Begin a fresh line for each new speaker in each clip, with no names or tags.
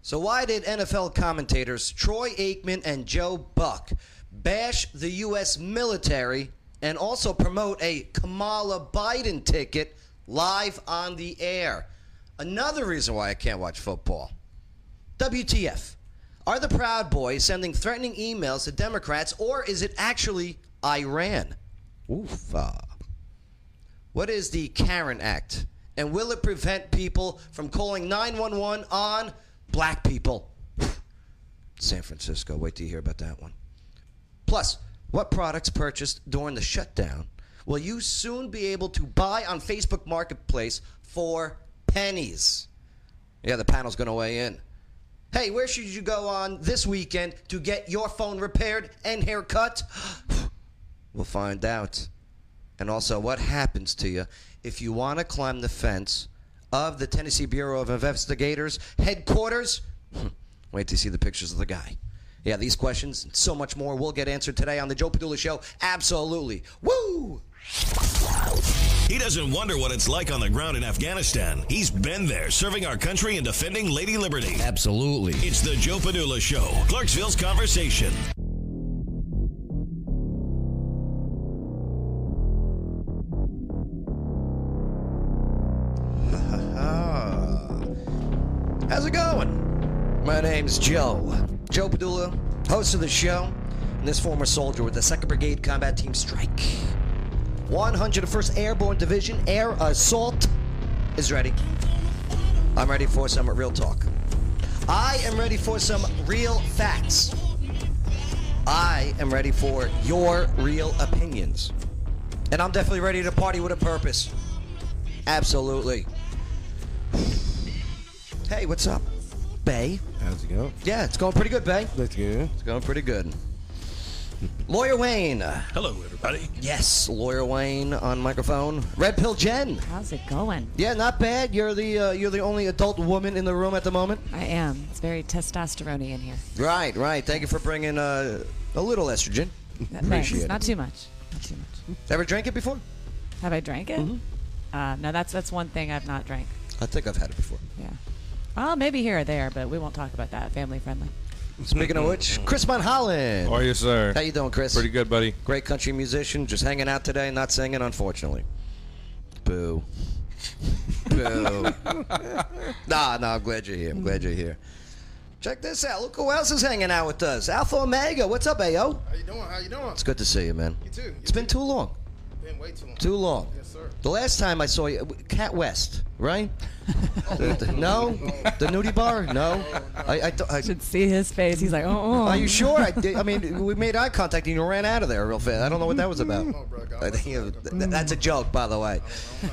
So, why did NFL commentators Troy Aikman and Joe Buck bash the U.S. military and also promote a Kamala Biden ticket live on the air? Another reason why I can't watch football. WTF. Are the Proud Boys sending threatening emails to Democrats, or is it actually Iran? Oof. uh. What is the Karen Act? And will it prevent people from calling 911 on black people? San Francisco, wait to hear about that one. Plus, what products purchased during the shutdown will you soon be able to buy on Facebook Marketplace for pennies? Yeah, the panel's going to weigh in. Hey, where should you go on this weekend to get your phone repaired and haircut? we'll find out. And also, what happens to you if you want to climb the fence of the Tennessee Bureau of Investigators headquarters? Hmm. Wait to see the pictures of the guy. Yeah, these questions and so much more will get answered today on the Joe Padula Show. Absolutely. Woo!
He doesn't wonder what it's like on the ground in Afghanistan. He's been there serving our country and defending Lady Liberty.
Absolutely.
It's the Joe Padula Show, Clarksville's Conversation.
Ah. How's it going? My name's Joe. Joe Padula, host of the show, and this former soldier with the 2nd Brigade Combat Team Strike. 101st Airborne Division Air Assault is ready. I'm ready for some real talk. I am ready for some real facts. I am ready for your real opinions. And I'm definitely ready to party with a purpose. Absolutely. Hey, what's up, Bay?
How's it going?
Yeah, it's going pretty good, Bay.
That's good.
It's going pretty good. Lawyer Wayne.
Hello, everybody.
Yes, Lawyer Wayne on microphone. Red Pill Jen.
How's it going?
Yeah, not bad. You're the uh, you're the only adult woman in the room at the moment.
I am. It's very testosterone in here.
Right, right. Thank you for bringing uh, a little estrogen. Appreciate
Thanks. Not
it.
too much. Not too much.
Ever drank it before?
Have I drank it? Uh, no, that's that's one thing I've not drank.
I think I've had it before.
Yeah. Well, maybe here or there, but we won't talk about that. Family friendly.
Speaking of which, Chris Monholland.
How are you, sir?
How you doing, Chris?
Pretty good, buddy.
Great country musician, just hanging out today, not singing, unfortunately. Boo. Boo. nah, nah, I'm glad you're here. I'm glad you're here. Check this out. Look who else is hanging out with us. Alpha Omega. What's up, Ayo?
How you doing? How you doing?
It's good to see you, man.
You too. You
It's been too long.
Been way too long.
Too long.
Yes, sir.
The last time I saw you, uh, Cat West, right? The- the- no? The nudie bar? No? I, I, th- I,
Should see his face. He's like, oh.
are you sure? I, did- I mean, we made eye contact and you ran out of there real fast. I don't know what that was about.
Oh, bro, God,
I think it was- th- that's a joke, by the way.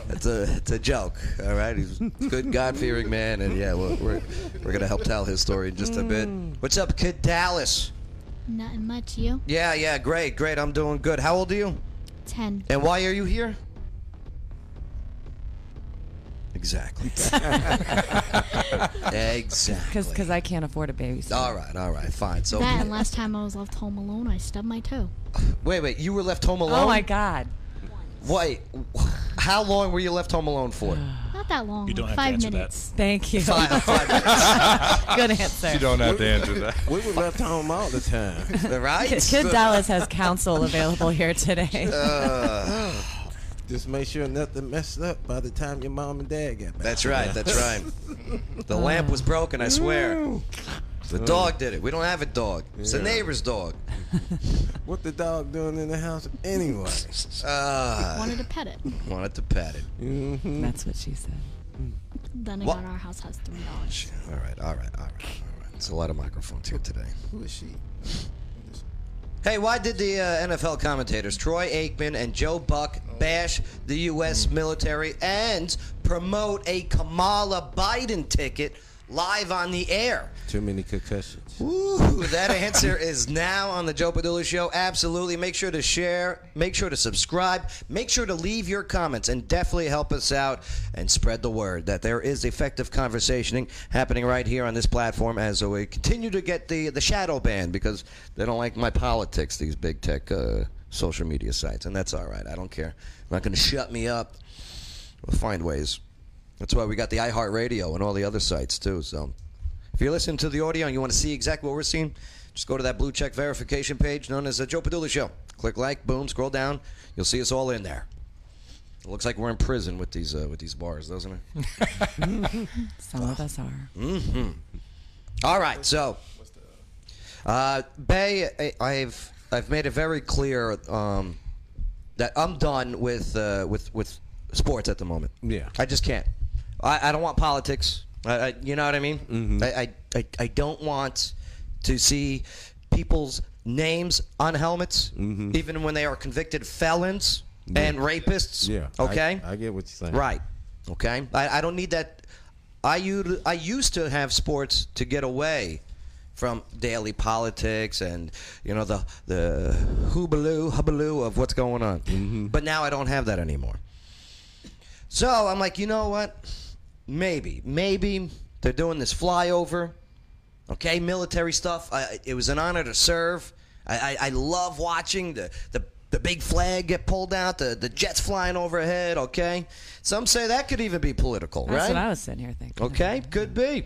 It's a it's a joke. All right, he's a good God fearing man, and yeah, we're we're, we're gonna help tell his story in just a bit. What's up, kid Dallas?
Nothing much, you?
Yeah, yeah, great, great. I'm doing good. How old are you?
Ten.
And why are you here? Exactly. exactly.
Because I can't afford a babysitter.
All right, all right, fine. So
That and last time I was left home alone, I stubbed my toe.
wait, wait. You were left home alone.
Oh my God.
Wait, how long were you left home alone for?
Not that long.
You don't
like
have to
five
answer that.
minutes.
Thank you.
Five, five minutes,
Good answer.
You don't have to answer that.
We were left home all the time.
Kid
right?
Kid Dallas has counsel available here today.
Just make sure nothing messed up by the time your mom and dad got back.
That's right. That's right. The lamp was broken. I swear. The dog did it. We don't have a dog. It's the
Yeah.
neighbor's dog.
What the dog doing in the house anyway?
Uh,
Wanted to pet it.
wanted to pet it.
That's what she said.
Then
What?
again, our house has three dollars.
All right. All right. All right. All right. It's a lot of microphones here today.
Who is she?
Hey, why did the uh, NFL commentators Troy Aikman and Joe Buck bash the U.S.
Mm.
military and promote a Kamala Biden ticket live on the air?
Too many concussions.
Ooh, that answer is now on the Joe Padula Show. Absolutely. Make sure to share. Make sure to subscribe. Make sure to leave your comments and definitely help us out and spread the word that there is effective conversationing happening right here on this platform as we continue to get the, the shadow ban because they don't like my politics, these big tech uh, social media sites. And that's all right. I don't care. They're not going to shut me up. We'll find ways. That's why we got the iHeartRadio and all the other sites too. So If you're listening to the audio and you want to see exactly what we're seeing, just go to that blue check verification page known as the Joe Padula Show. Click like, boom, scroll down. You'll see us all in there. It looks like we're in prison with these uh, with these bars, doesn't it?
Some of us are.
all right, so uh, Bay, I- I've I've made it very clear um, that I'm done with uh, with with sports at the moment.
Yeah.
I just can't. I, I don't want politics. I, I, you know what I mean? I, I, I, I don't want to see people's names on helmets, even when they are convicted felons and rapists.
Yeah. I-
Okay?
I, get what you're saying.
Right. Okay. I, I don't need that. I used, I used to have sports to get away from daily politics and you know the the hoobaloo hubbaloo of what's going on.
Mm-hmm.
But now I don't have that anymore. So I'm like, you know what? Maybe, maybe they're doing this flyover. Okay, military stuff. I, I- it was an honor to serve. I, I, I love watching the, the, the big flag get pulled out, the, the jets flying overhead. Okay, some say that could even be political,
That's
right?
what I was sitting here thinking.
Okay, could be.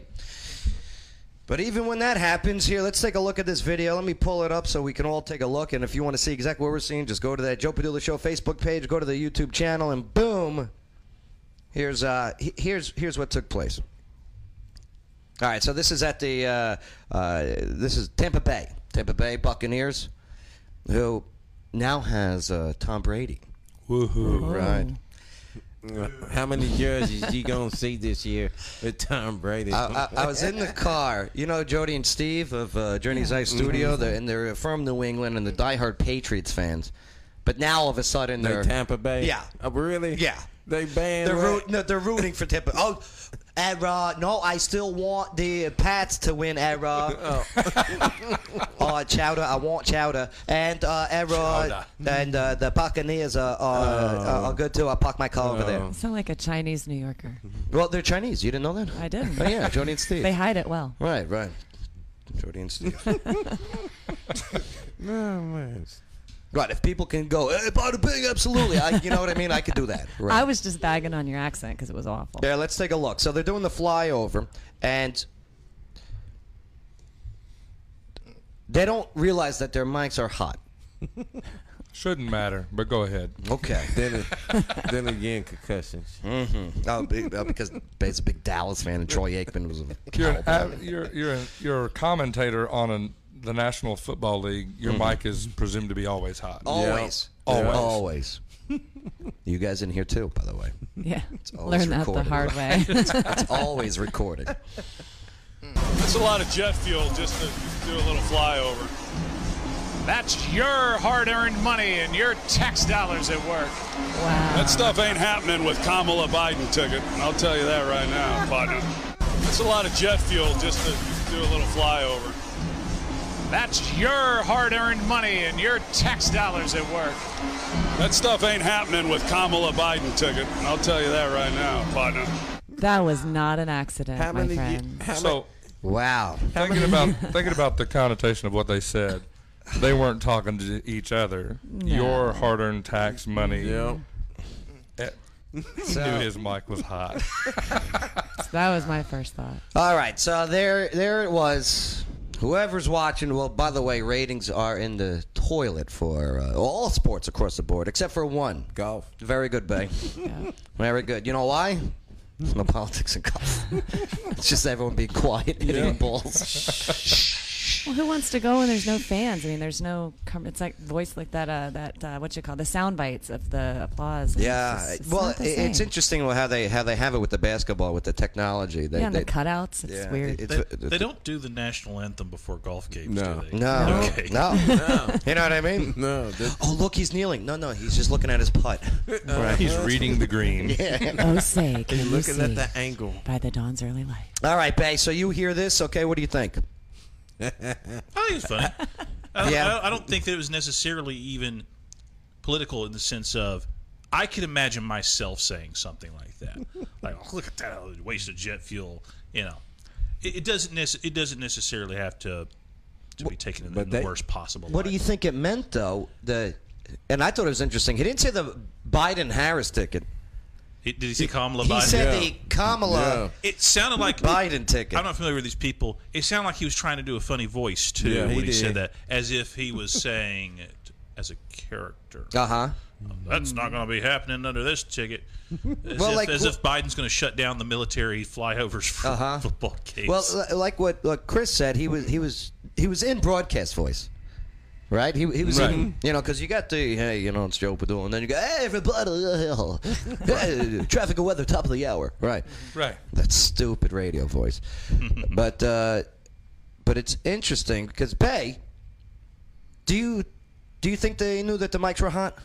But even when that happens, here, let's take a look at this video. Let me pull it up so we can all take a look. And if you want to see exactly what we're seeing, just go to that Joe Padula Show Facebook page, go to the YouTube channel, and boom, here's uh, he- here's here's what took place. All right, so this is at the uh, uh, this is Tampa Bay, Tampa Bay Buccaneers, who now has uh, Tom Brady.
Oh.
Woohoo.
Right.
How many jerseys you gonna see this year with Tom Brady?
I, I, I was in the car. You know Jody and Steve of uh, Journey's Ice Studio, they're, and they're from New England and the diehard Patriots fans. But now all of a sudden
They
they're
Tampa Bay.
Yeah.
Uh, really?
Yeah.
They banned.
they're,
right?
root, no, they're rooting for Tampa. Oh, Era. No, I still want the Pats to win. Era. Oh, Chowder. I want Chowder and uh, Era and uh, the Buccaneers are, are, are good too. I park my car over there.
You sound like a Chinese New Yorker.
Well, they're Chinese. You didn't know that?
I didn't.
Mm-hmm. Oh yeah, Jody and Steve.
They hide it well.
Right, right. Jody and Steve.
No Oh, man.
Right, if people can go, hey, bada bing, absolutely. I, you know what I mean? I could do that. Right.
I was just bagging on your accent because it was awful.
yeah, let's take a look. So they're doing the flyover, and they don't realize that their mics are hot.
Shouldn't matter, but go ahead.
Okay.
Then, then again, concussions.
oh, be- oh, because Bay's a big Dallas fan, and Troy Aikman was a
You're an, av- you're you're a, you're a commentator on an, the National Football League. Your
Mm-hmm.
mic is presumed to be always hot.
Oh,
always,
Always.
always. you guys in here too, by the way.
Yeah.
always
Learn that
recorded.
the hard way.
It's always recorded.
That's a lot of jet fuel just to do a little flyover. That's your hard earned money and your tax dollars at work.
wow.
That stuff ain't happening with Kamala Biden ticket. I'll tell you that right now, partner. That's a lot of jet fuel just to do a little flyover. That's your hard earned money and your tax dollars at work. That stuff ain't happening with Kamala Biden ticket. I'll tell you that right now, partner.
That was not an accident,
How
my
many? ye-
friend.
How many?
So
Wow.
thinking about thinking about the connotation of what they said, they weren't talking to each other. Your hard-earned tax money.
Yeah.
Eh,
So-
Knew his mic was hot.
That was my first thought.
All right, so there, there it was. Whoever's watching, well, by the way, ratings are in the toilet for uh, all sports across the board, except for one.
Golf.
Very good, Bay.
Yeah.
Very good. You know why? No politics in golf. it's just everyone being quiet, hitting the balls.
Well, who wants to go when there's no fans? I mean, there's no. Com- it's like voice like that. Uh, that uh, what you call the sound bites of the applause. It's
yeah.
just- it's
well,
not the
it- it's
same.
interesting how they how they have it with the basketball, with the technology. They,
Yeah, and
they,
the cutouts. It's
yeah,
weird.
it's-
They,
it's-
they don't do the national anthem before golf games,
No.
do they?
No,
Okay.
no, You know what I mean?
No. that-
Oh, look, he's kneeling. No, no, he's just looking at his putt.
He's reading the green.
oh, say, can you
looking
see
at the angle.
by the dawn's early light?
All right, Bay. So you hear this? Okay, what do you think?
I think Oh, it's funny. I, don't-
Yeah.
I don't, I don't think that it was necessarily even political in the sense of I could imagine myself saying something like that, like "Oh, "Look at that oh, waste of jet fuel," you know. It, it doesn't nece- it doesn't necessarily have to to be taken in the,
but they-
worst possible.
What do
light.
you think it meant, though? The and I thought it was interesting. He didn't say the Biden Harris ticket.
It- did he say Kamala
He
Biden?
said the Kamala
it sounded like
Biden ticket.
I'm not familiar with these people. It sounded like he was trying to do a funny voice too
Yeah,
when
he
he,
did.
said that, as if he was saying it as a character.
Uh huh.
That's not going to be happening under this ticket. As,
Well,
if,
like,
as
wh-
if Biden's going to shut down the military flyovers for
Uh-huh.
football games.
Well, uh, li- like what like Chris said, he was he was he was in broadcast voice, right? He, he was in, you know because you got the hey you know it's Joe Padula, and then you go hey everybody uh, hey, traffic and weather top of the hour, right?
Right.
That's stupid radio voice, but uh, but it's interesting because Bay, do you do you think they knew that the mics were hot?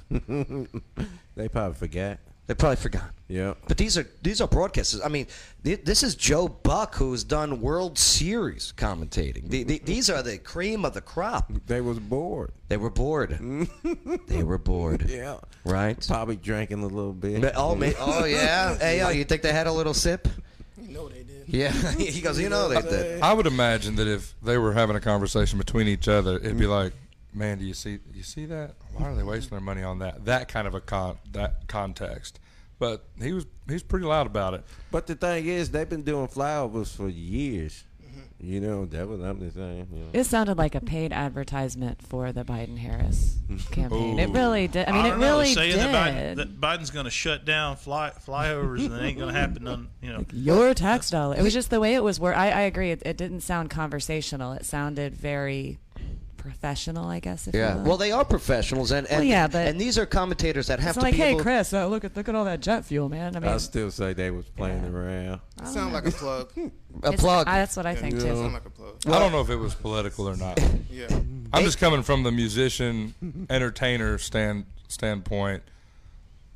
They probably forgot.
They probably forgot.
Yeah.
But these are these are broadcasters. I mean, th- this is Joe Buck who's done World Series commentating. The, the, these are the cream of the crop.
They was bored.
They were bored. they were bored.
Yeah.
Right.
Probably drinking a little bit.
But, oh, ma- oh yeah. Hey, oh, you think they had a little sip?
You know they did.
Yeah. he goes, you know they did.
I would imagine that if they were having a conversation between each other, it'd be like, "Man, do you see you see that? Why are they wasting their money on that? That kind of a con that context." But he was he's pretty loud about it.
But the thing is, they've been doing flyovers for years.
Mm-hmm.
You know, that was I'm just saying. You know.
It sounded like a paid advertisement for the Biden Harris
Mm-hmm.
campaign. It
Ooh.
really did. I mean,
I
it
don't
really
know, saying
did.
That, Biden, that Biden's going to shut down fly, flyovers and it ain't going to happen. On, you know,
Your tax dollar. It was just the way it was. Where I, I agree, it, it didn't sound conversational. It sounded very professional, I guess. If
Yeah.
You will.
Well, they are professionals, and and,
Mm. Well, yeah, but-
and these are commentators that have
it's
to
like,
be
hey,
able.
Chris, uh, look at look at all that jet fuel, man. I mean,
I still say they was playing around.
Sound like a plug.
a
it's-
plug.
I- that's what I think
Sound
too.
like a plug.
I don't know if it was political or not.
Yeah.
I'm just coming from the musician entertainer stand standpoint.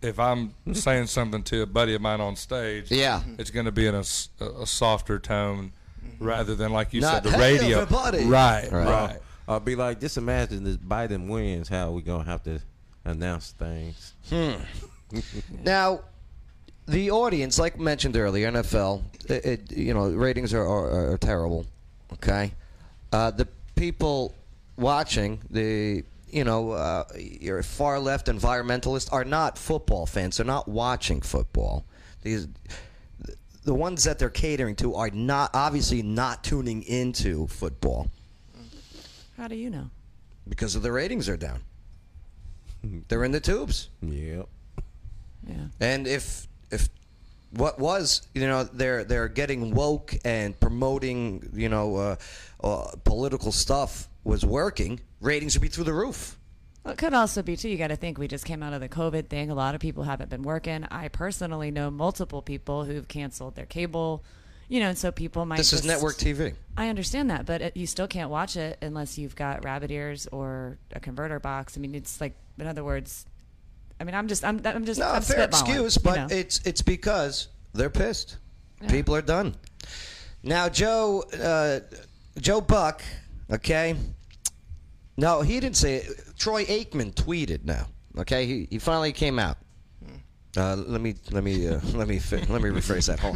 If I'm saying something to a buddy of mine on stage,
Yeah.
it's going to be in a, s- a- a softer tone rather than like you
Not,
said the
"Hey,
radio.
everybody."
Right,
Right.
right.
I'll be like, just imagine this Biden wins, how we gonna have to announce things.
Now, the audience, like mentioned earlier, NFL, it, it, you know, ratings are, are, are terrible. Okay, uh, the people watching the you know uh, your far left environmentalists are not football fans. They're not watching football. These the ones that they're catering to are not obviously not tuning into football
How do you know?
because of the ratings are down. They're in the tubes.
Yep.
Yeah.
And if if what was you know they're they're getting woke and promoting you know uh, uh, political stuff was working, ratings would be through the roof.
Well, it could also be too. You got to think we just came out of the COVID thing. A lot of people haven't been working. I personally know multiple people who've canceled their cable. You know, and so people might.
This is
just-
network TV.
I understand that, but it, you still can't watch it unless you've got rabbit ears or a converter box. I mean, it's like, in other words, I mean, I'm just, I'm, I'm just,
No,
I'm
fair
spitballing,
excuse,
you
but
know.
it's it's because they're pissed. People are done. Now Joe uh, Joe Buck, okay. No, he didn't say it. Troy Aikman tweeted now. Okay, he, he finally came out. Uh, let me let me uh, let me fi- let me rephrase that whole.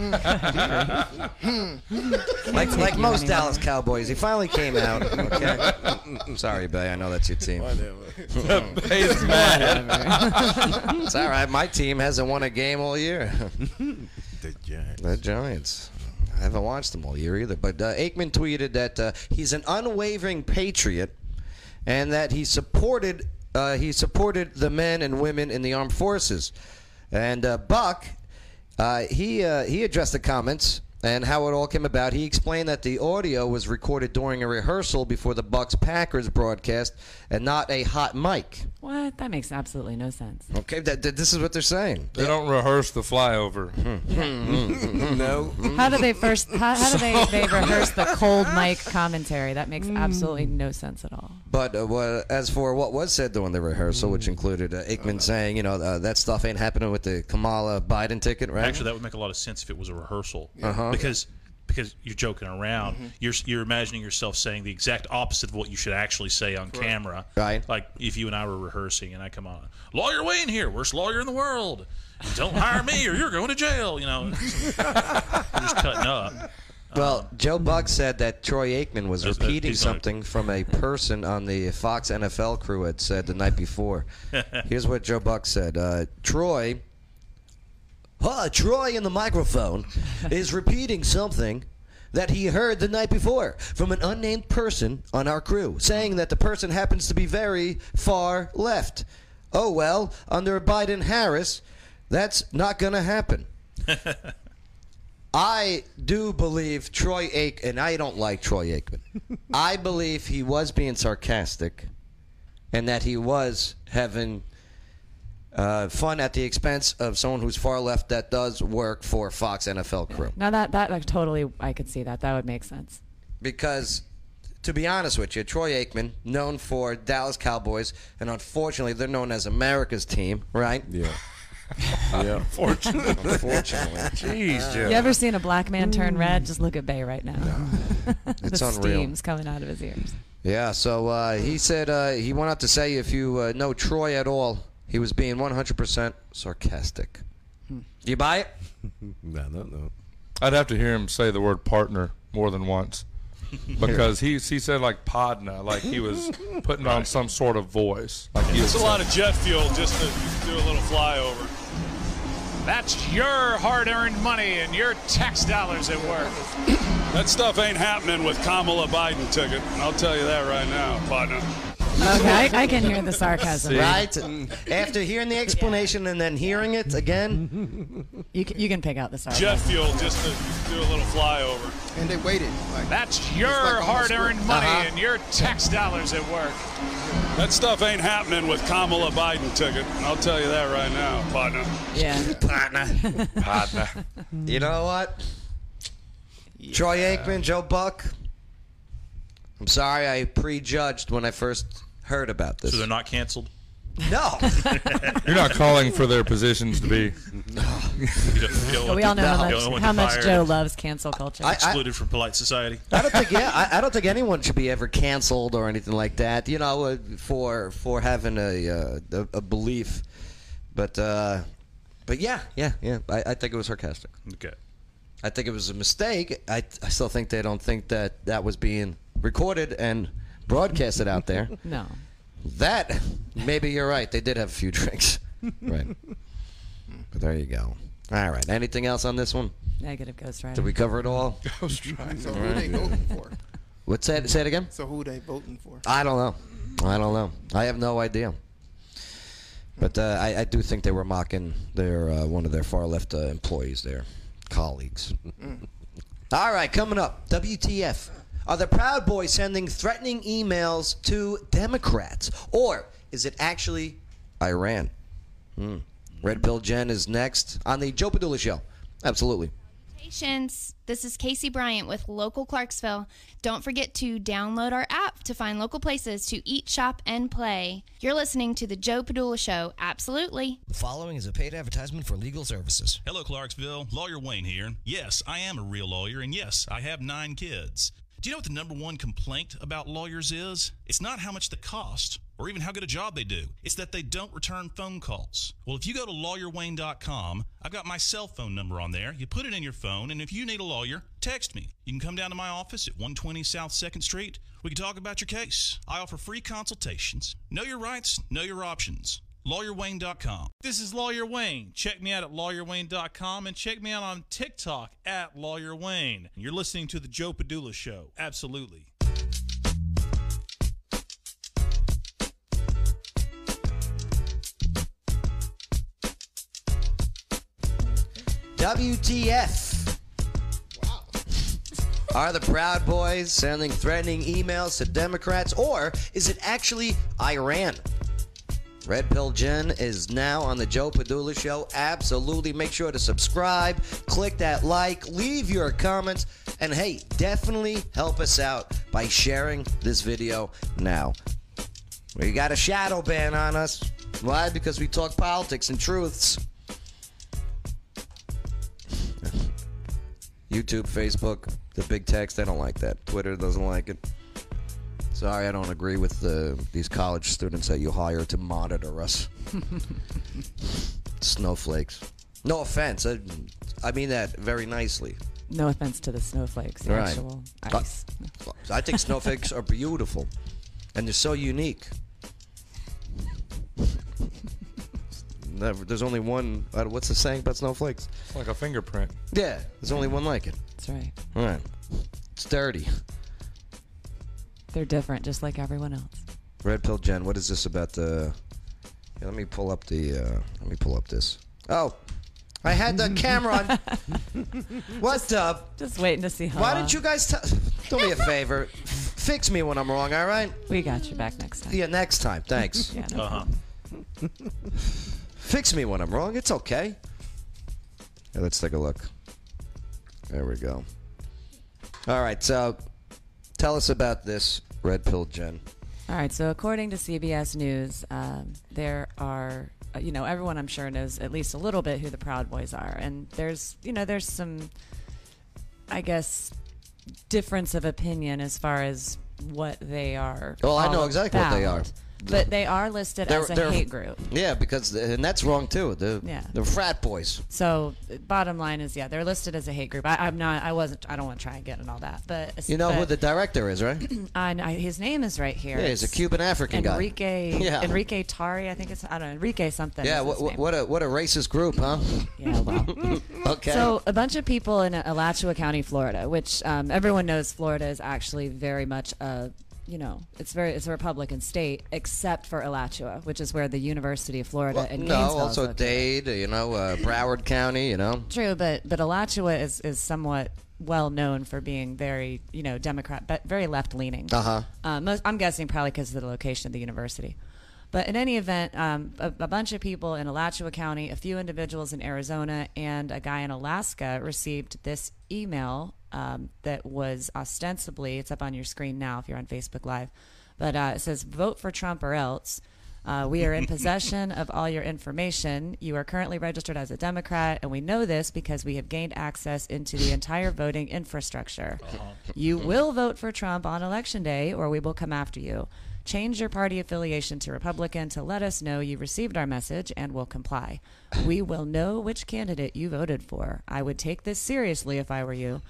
like like
you
most
anywhere.
Dallas Cowboys, he finally came out. Okay, Mm, sorry, Bay, I know that's your team.
He's mad.
It's all right. My team hasn't won a game all year. the Giants. The Giants. I haven't watched them all year either. But uh, Aikman tweeted that uh, he's an unwavering patriot, and that he supported uh, he supported the men and women in the armed forces. And uh, Buck, uh, he uh, he addressed the comments and how it all came about. He explained that the audio was recorded during a rehearsal before the Bucks Packers broadcast, and not a hot mic.
what? That makes absolutely no sense.
Okay, that, that this is what they're saying.
They don't rehearse the flyover.
no.
How do they first? How, how do they, they rehearse the cold mic commentary? That makes
Mm.
absolutely no sense at all.
But uh, well, as for what was said during the rehearsal, which included uh, Aikman saying, you know, uh, that stuff ain't happening with the Kamala Biden ticket, right? Uh-huh.
Actually, that would make a lot of sense if it was a rehearsal because because you're joking around.
Mm-hmm.
You're you're imagining yourself saying the exact opposite of what you should actually say on camera.
Right.
Like if you and I were rehearsing and I come on, lawyer Wayne here, worst lawyer in the world. Don't hire me or you're going to jail. You know, you're just cutting up.
well, Joe Buck said that Troy Aikman was
That's- that-
repeating
he's not-
something from a person on the Fox NFL crew had said the night before. Here's what Joe Buck said: uh, Troy Huh, Troy in the microphone is repeating something that he heard the night before from an unnamed person on our crew, saying that the person happens to be very far left. Oh, well, under Biden Harris, that's not going to happen. I do believe Troy Aikman, and I don't like Troy Aikman. I believe he was being sarcastic and that he was having uh, fun at the expense of someone who's far left that does work for Fox NFL crew.
Now that that like totally, I could see that. That would make sense.
Because, to be honest with you, Troy Aikman, known for Dallas Cowboys, and unfortunately they're known as America's team, right?
Yeah. yeah.
Unfortunately,
Jeez, Jim.
You ever seen a black man turn red? Just look at Bay right now.
Mm. it's
the
unreal.
steam's coming out of his ears.
Yeah, so uh, he said uh, he went out to say if you uh, know Troy at all, he was being 100% sarcastic. Do you buy it?
No, no, no.
I'd have to hear him say the word partner more than once because he he said like podna, like he was putting on some sort of voice. Like he was
It's a lot of jet fuel just to do a little flyover. That's your hard earned money and your tax dollars at work. That stuff ain't happening with Kamala Biden ticket. I'll tell you that right now, partner.
Okay, I, I can hear the sarcasm.
Right? After hearing the explanation and then hearing it again,
You can, you can pick out the sarcasm.
Jet fuel just to do a little flyover.
And they waited. Like,
That's your
like almost Uh-huh.
hard earned
work.
money and your tax dollars at work. That stuff ain't happening with Kamala Biden ticket. I'll tell you that right now, partner.
Yeah.
podna.
you know what? Troy Aikman, Joe Buck. I'm sorry I prejudged when I first heard about this.
So they're not canceled.
no.
You're not calling for their positions to be.
You don't, you don't
But
want
we all know
to-
how
you don't
much
want
how
to
much
fire-
Joe loves cancel culture.
I, I,
excluded from polite society.
I don't think yeah, I, I don't think anyone should be ever canceled or anything like that. You know, uh, for for having a uh, a, a belief, but uh, but yeah, yeah, yeah. I, I think it was sarcastic.
Okay.
I think it was a mistake. I I still think they don't think that that was being recorded and broadcasted out there.
no.
That maybe you're right. They did have a few drinks, right? But there you go. All right. Anything else on this one?
Negative Ghost
Did we cover it all?
So who they voting for?
What's that? Say it again.
So who they voting for?
I don't know. I don't know. I have no idea. But uh, I, I do think they were mocking their uh, one of their far left uh, employees, their colleagues.
Mm.
All right, coming up, WTF? Are the Proud Boys sending threatening emails to Democrats, or is it actually Iran? Hmm. Red Pill Jen is next on the Joe Padula Show. Absolutely.
Patience. This is Casey Bryant with Local Clarksville. Don't forget to download our app to find local places to eat, shop, and play. You're listening to The Joe Padula Show. Absolutely.
The following is a paid advertisement for legal services.
Hello, Clarksville. Lawyer Wayne here. Yes, I am a real lawyer, and yes, I have nine kids. Do you know what the number one complaint about lawyers is? It's not how much they cost or even how good a job they do. It's that they don't return phone calls. Well, if you go to lawyerwayne.com, I've got my cell phone number on there. You put it in your phone, and if you need a lawyer, text me. You can come down to my office at 120 South 2nd Street. We can talk about your case. I offer free consultations. Know your rights, know your options. LawyerWayne.com.
This is Lawyer Wayne. Check me out at lawyerwayne.com and check me out on TikTok at Lawyer Wayne. You're listening to The Joe Padula Show. Absolutely.
WTF? Are the Proud Boys sending threatening emails to Democrats, or is it actually Iran? Red Pill Jen is now on the Joe Padula Show. Absolutely. Make sure to subscribe, click that like, leave your comments, and hey, definitely help us out by sharing this video now. We got a shadow ban on us. Why? Because we talk politics and truths. YouTube, Facebook, the big text. I don't like that. Twitter doesn't like it. Sorry, I don't agree with the, these college students that you hire to monitor us. Snowflakes. No offense. I, I mean that very nicely.
No offense to the snowflakes. the
Right.
Actual
Uh,
ice.
I think snowflakes are beautiful, and they're so unique. Never, there's only one. uh, What's the saying about snowflakes?
It's like a fingerprint.
Yeah, there's only one like it.
That's right.
All right. It's dirty.
They're different, just like everyone else.
Red Pill Jen, what is this about the? Yeah, let me pull up the. Uh, let me pull up this. Oh, I had the camera on. What's up?
Just waiting to see how.
Why
long.
didn't you guys t- do me a favor? F- Fix me when I'm wrong. All right.
We got you back next time.
Yeah, next time. Thanks.
Yeah, no Uh-huh.
Fix me when I'm wrong. It's okay. Yeah, let's take a look. There we go. All right. So, tell us about this Red Pill Jen.
All right. So according to CBS News, um, there are, uh, you know, everyone I'm sure knows at least a little bit who the Proud Boys are, and there's, you know, there's some, I guess, difference of opinion as far as what they are.
Well, I
all
know exactly what they are.
about. But they are listed as a hate group.
Yeah, because and that's wrong too. The
Yeah.
the frat boys.
So uh, bottom line is, yeah, they're listed as a hate group. I, I'm not. I wasn't. I don't want to try and get in all that. But
You know who
but-
the director is, right?
I know- his name is right here.
Yeah, he's a
It's
Cuban African guy.
Enrique,
Yeah.
Enrique Tari, I think it's I don't know Enrique something.
yeah,
is his
what, what,
name.
a what a racist group, huh?
Yeah,
well. okay.
So a bunch of people in uh, Alachua County, Florida, which um, everyone knows Florida is actually very much a you know it's very it's a Republican state except for Alachua, which is where the University of Florida and
no,
Gainesville is
also
located.
Dade, you know, uh, Broward County, you know.
True, but but Alachua is is somewhat well known for being very you know Democrat, but very left leaning.
Uh-huh.
Uh, most, I'm guessing probably because of the location of the university. But in any event, um, a, a bunch of people in Alachua County, a few individuals in Arizona, and a guy in Alaska received this email um, that was ostensibly, it's up on your screen now if you're on Facebook Live, but uh, it says, Vote for Trump or else. Uh, we are in possession of all your information. You are currently registered as a Democrat, and we know this because we have gained access into the entire voting infrastructure. You will vote for Trump on election day, or we will come after you. Change your party affiliation to Republican to let us know you received our message and will comply. We will know which candidate you voted for. I would take this seriously if I were you.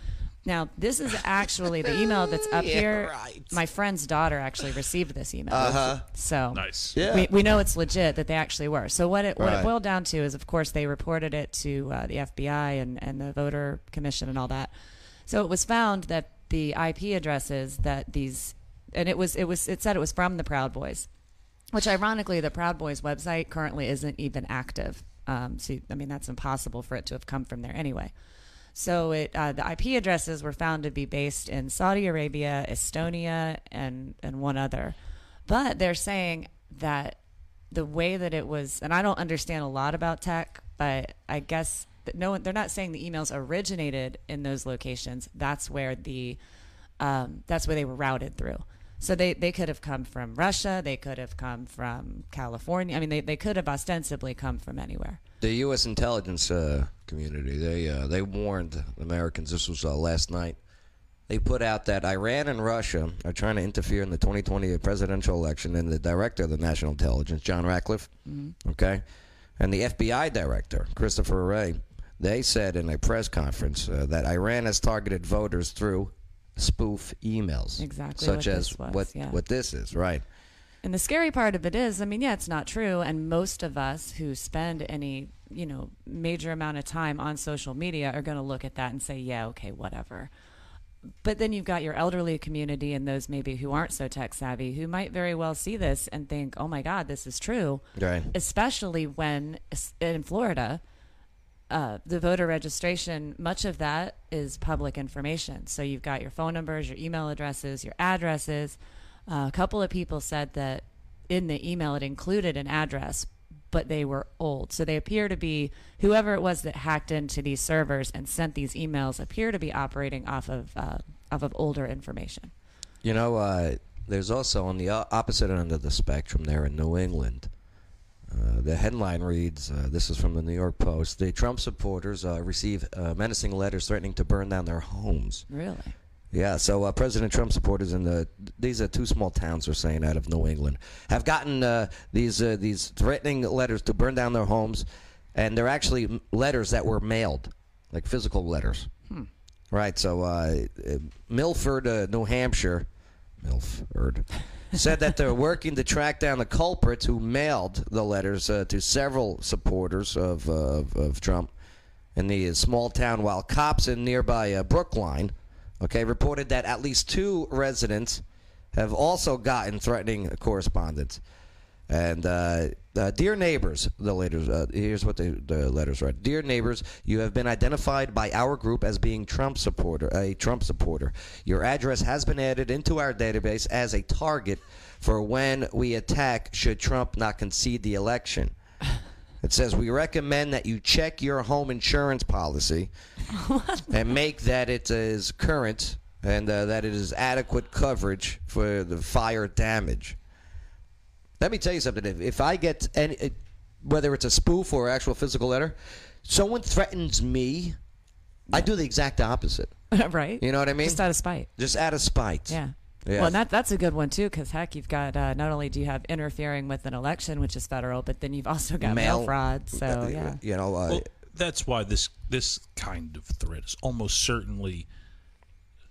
Now, this is actually the email that's up
Yeah,
here.
right.
My friend's daughter actually received this email.
Uh-huh.
So
Nice. Yeah.
we, we know it's legit that they actually were. So what it what
Right.
it boiled down to is, of course, they reported it to uh, the FBI and and the voter commission and all that. So it was found that the IP addresses that these and it was it was it said it was from the Proud Boys, which ironically the Proud Boys website currently isn't even active. Um, so you- I mean that's impossible for it to have come from there anyway. So it uh, the IP addresses were found to be based in Saudi Arabia, Estonia, and and one other. But they're saying that the way that it was, and I don't understand a lot about tech, but I guess that no one, they're not saying the emails originated in those locations. That's where the, um, that's where they were routed through. So they, they could have come from Russia. They could have come from California. I mean, they, they could have ostensibly come from anywhere.
The U.S. intelligence uh, community they uh, they warned Americans. This was uh, last night. They put out that Iran and Russia are trying to interfere in the 2020 presidential election, and the director of the National Intelligence, John Ratcliffe,
Mm-hmm.
okay, and the FBI director, Christopher Wray, they said in a press conference uh, that Iran has targeted voters through spoof emails,
Exactly
such
what
as
this was,
what
yeah.
what this is, right?
And the scary part of it is, I mean, yeah, it's not true. And most of us who spend any, you know, major amount of time on social media are going to look at that and say, yeah, okay, whatever. But then you've got your elderly community and those maybe who aren't so tech savvy who might very well see this and think, oh my God, this is true.
Right.
Especially when es- in Florida, uh, the voter registration, much of that is public information. So you've got your phone numbers, your email addresses, your addresses. Uh, a couple of people said that in the email it included an address, but they were old. So they appear to be, whoever it was that hacked into these servers and sent these emails appear to be operating off of, uh, off of older information.
You know, uh, there's also on the o- opposite end of the spectrum there in New England. Uh, the headline reads uh, This is from the New York Post. The Trump supporters uh, receive uh, menacing letters threatening to burn down their homes.
Really?
Yeah, so uh, President Trump supporters in the these are two small towns we're saying out of New England have gotten uh, these uh, these threatening letters to burn down their homes, and they're actually m- letters that were mailed, like physical letters. Right. So uh, uh, Milford, uh, New Hampshire, Milford. said that they're working to track down the culprits who mailed the letters uh, to several supporters of, uh, of, of Trump in the small town, while cops in nearby uh, Brookline, okay, reported that at least two residents have also gotten threatening correspondence. And uh, uh, dear neighbors, the letters. Uh, here's what the, the letters are. Dear neighbors, you have been identified by our group as being Trump supporter, a Trump supporter. Your address has been added into our database as a target for when we attack should Trump not concede the election. It says we recommend that you check your home insurance policy and make that it is current and uh, that it is adequate coverage for the fire damage. Let me tell you something. If, if I get any, it- whether it's a spoof or actual physical letter, someone threatens me, I do the exact opposite.
right?
You know what I mean?
Just out of spite.
Just out of spite.
Yeah.
Yeah.
Well, and that, that's a good one too, because heck, you've got uh, not only do you have interfering with an election, which is federal, but then you've also got mail, fraud. So
uh,
yeah,
You know, uh,
Well, that's why this this kind of threat is almost certainly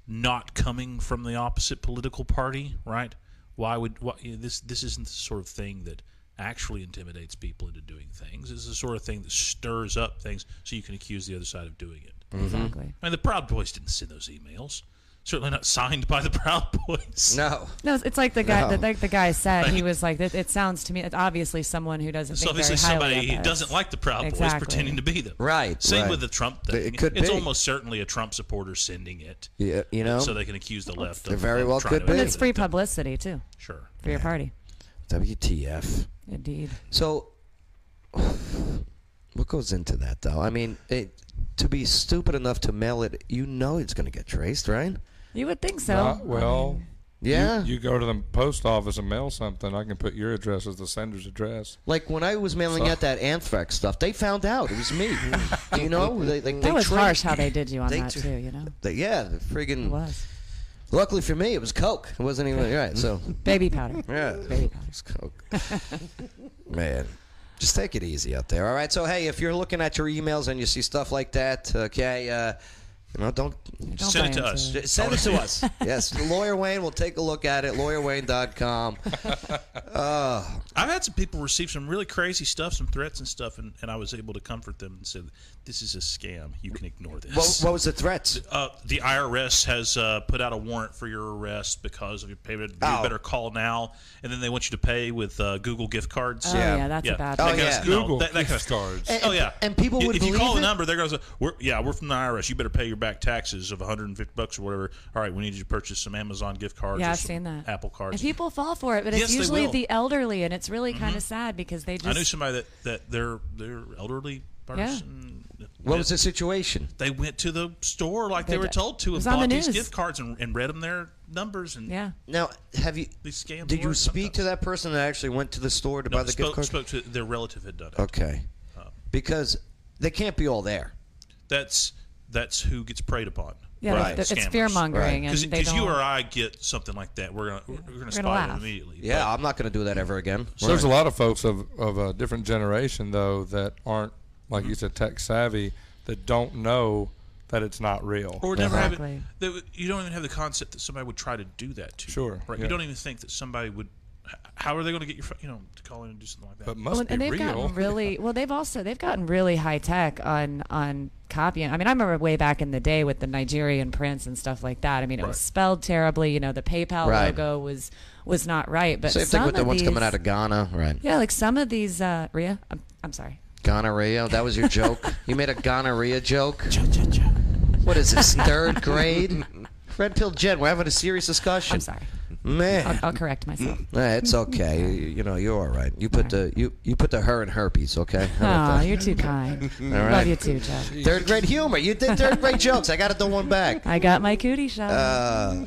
not coming from the opposite political party, right? Why would why, you know, this this isn't the sort of thing that actually intimidates people into doing things. This is the sort of thing that stirs up things so you can accuse the other side of doing it.
Mhm. Exactly.
I mean, the Proud Boys didn't send those emails. Certainly not signed by the Proud Boys.
No.
No, it's- it's like the guy.
No.
The, like the guy said, he was like, "It, it sounds to me. It's obviously someone who doesn't
So
think
obviously
very highly
somebody
of
who
us.
doesn't like the Proud Boys
Exactly.
pretending to be them.
Right,
Same
right.
with the Trump thing.
It could
it's
be.
almost certainly a Trump supporter sending it.
Yeah, you know.
So they can accuse the left.
It
of
Oh. very
of
well
trying
could
to
be.
And it's free publicity too.
Sure.
For your party.
WTF.
Indeed.
So, what goes into that, though? I mean, it, to be stupid enough to mail it, you know it's going to get traced, right?
You would think so.
Not- Uh, well, you-
Yeah.
You, go to the post office and mail something. I can put your address as the sender's address.
Like when I was mailing
So-
out that anthrax stuff, they found out it was me. you know, they, like, they
that was
tra-
harsh how they did you on
they
that
tra-
too. You know,
they- yeah, the friggin'
It was.
Luckily for me, it was Coke. It wasn't even right. So
baby powder.
Yeah,
baby powder.
It was Coke. Man, just take it easy out there. All right. So hey, if you're looking at your emails and you see stuff like that, okay, uh, you know, don't,
Don't Send it buy to into us. it.
Just Send
I
it to
wanna
us.
see
yes, lawyer Wayne will take a look at it. LawyerWayne.com. Uh,
I've had some people receive some really crazy stuff, some threats and stuff, and, and I was able to comfort them and said, "This is a scam. You can ignore this."
what, what was the threats?
uh, the IRS has uh, put out a warrant for your arrest because of your payment. You
Oh.
better call now, and then they want you to pay with uh, Google gift cards.
Oh, Yeah. yeah, that's a bad
That
one.
kind
Oh,
of-
yeah.
you know,
Google
that, that kind
gift
of-
cards.
oh yeah,
and people
If-
would
if you
believe
call
it?
the number, they're going to say, we're, "Yeah, we're from the IRS. You better pay your back taxes of 150 bucks or whatever." All right, we need you to purchase some Amazon gift cards.
Yeah,
or
I've
some
seen that.
Apple cards.
And people fall for it, but
Yes,
it's
they
usually
will. Mm-hmm.
the elderly, and it's really kind of sad because they just.
I knew somebody that, that their their elderly person.
What was the situation?
They went to the store like they,
They
were
did.
told
It
to and
was on the
bought these
news.
gift cards and, and read them their numbers and
Yeah.
Now, have you?
these scams.
Did you
work
speak to that person that actually went to the store to
No,
buy the
spoke,
gift card?
spoke Uh, to their relative had done it.
Okay, because they can't be all there.
That's that's who gets preyed upon.
Yeah,
by
Right. it's- it's
scammers.
fear-mongering Right. and they
Because you
don't-
or I get something like that, we're gonna we're, we're gonna
We're gonna
spot
laugh.
it immediately.
Yeah, I'm not going to do that ever again.
So there's a lot of folks of, of a different generation though that aren't like you said tech savvy that don't know that it's not real.
Or would never have it. They, would- you don't even have the concept that somebody would try to do that to you.
Sure,
Right.
yeah.
You don't even think that somebody would. h- How are they going to get your phone? You know, to call in and do something like that.
But
Well, and they've gotten really well. They've also they've gotten really high tech on on copying. I mean, I remember way back in the day with the Nigerian prints and stuff like that. I mean, it
Right.
was spelled terribly. You know, the PayPal
Right.
logo was was not right. But
Same
some
thing with
of
the ones
these,
coming out of Ghana, right?
yeah, like some of these. Uh, Ria, I'm, I'm sorry.
Gonorrhea. That was your joke. you made a gonorrhea joke. What is this? Third grade. Red pill, Jen. We're having a serious discussion. I'm
sorry,
man.
I'll, I'll correct myself.
Nah, it's okay. You, you know, you're all right. You put the you you put the her in herpes. Okay. How about
Aw,
that?
you're too kind.
All
Love
right.
you too, Joe.
Third grade humor. You did third grade jokes. I got it the one back.
I got my cootie shot.
Uh,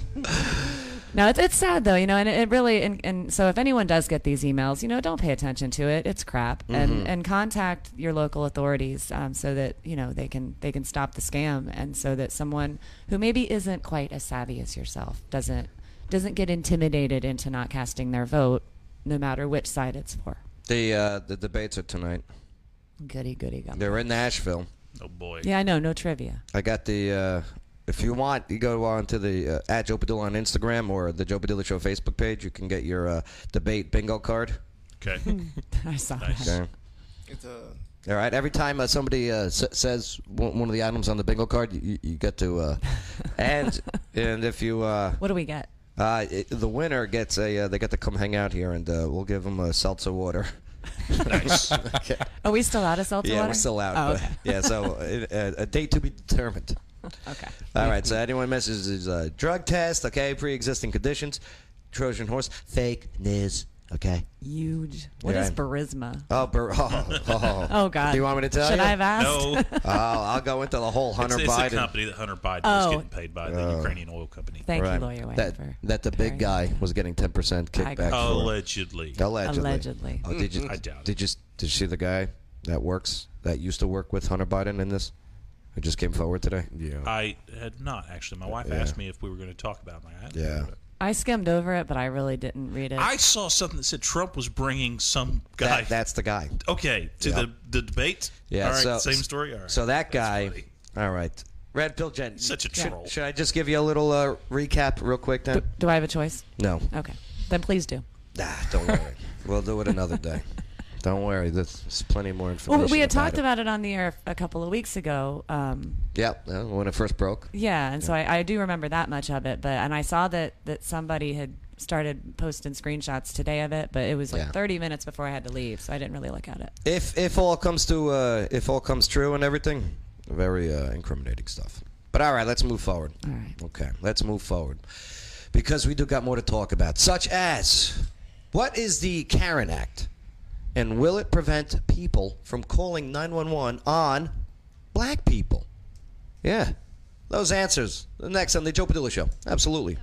No, it's, it's sad though, you know, and it, it really and, and so if anyone does get these emails, you know, don't pay attention to it. It's crap,
Mhm.
and and contact your local authorities um, so that you know they can they can stop the scam, and so that someone who maybe isn't quite as savvy as yourself doesn't doesn't get intimidated into not casting their vote, no matter which side it's for.
the uh, the debates are tonight.
Goody goody gum.
They're in Nashville.
Oh boy.
Yeah, I know. No trivia.
I got the uh, If you want, you go on to the uh, at Joe Padula on Instagram or the Joe Padula Show Facebook page. You can get your uh, debate bingo card.
Okay.
I saw
Okay.
It's a
All right. Every time uh, somebody uh, s- says one one of the items on the bingo card, you, you get to uh, and and if you uh,
What do we get?
uh, it, the winner gets a uh, they get to come hang out here and uh, we'll give them a seltzer water.
Nice.
okay.
Are we still out of seltzer
Yeah,
water?
we're still out.
Oh,
but-
okay.
yeah, so uh, uh, a date to be determined.
Okay.
All right, so anyone messages uh, drug test, okay, pre existing conditions, Trojan horse, fake news, okay?
Huge. What
Yeah,
is
I-
Barisma?
Oh, bur- oh, oh.
Oh, God.
Do you want me to tell
Should
you?
I have asked? No.
oh, I'll go into the whole Hunter
it's, it's
Biden.
the company that Hunter Biden
Oh.
was getting paid by, the
Oh.
Ukrainian oil company.
Thank you, lawyer Wayne,
That,
for
that the big guy was getting 10%
I
kickback.
got
for.
you.
Allegedly.
Allegedly.
Allegedly.
Oh, did you,
I doubt it.
Did you, s- did you see the guy that works, that used to work with Hunter Biden in this, who just came forward today?
Yeah.
I had not actually. My wife
Yeah.
asked me if we were going to talk about my.
Yeah.
I skimmed over it, but I really didn't read it.
I saw something that said Trump was bringing some guy.
That, that's the guy.
okay, to
Yeah.
the the debate.
Yeah.
All right,
so,
same story. All right.
So that guy. All right. Red Pill Jen.
Such a
should-
troll.
Should, I just give you a little uh, recap real quick then?
do I have a choice?
No.
Okay. Then please do.
Nah, don't worry. we'll do it another day. Don't worry. There's there's plenty more information.
Well, we had
about
talked
it.
about it on the air a couple of weeks ago. Um,
Yep. uh, When it first broke.
yeah, and so I, I do remember that much of it. But and I saw that that somebody had started posting screenshots today of it, but it was like
Yeah.
30 minutes before I had to leave, so I didn't really look at it.
If if all comes to uh, if all comes true and everything, very uh, incriminating stuff. But all right, let's move forward. All
right.
Okay, let's move forward because we do got more to talk about, such as what is the Karen Act, and will it prevent people from calling nine one one on black people? Yeah, those answers next on the Joe Padilla Show. Absolutely.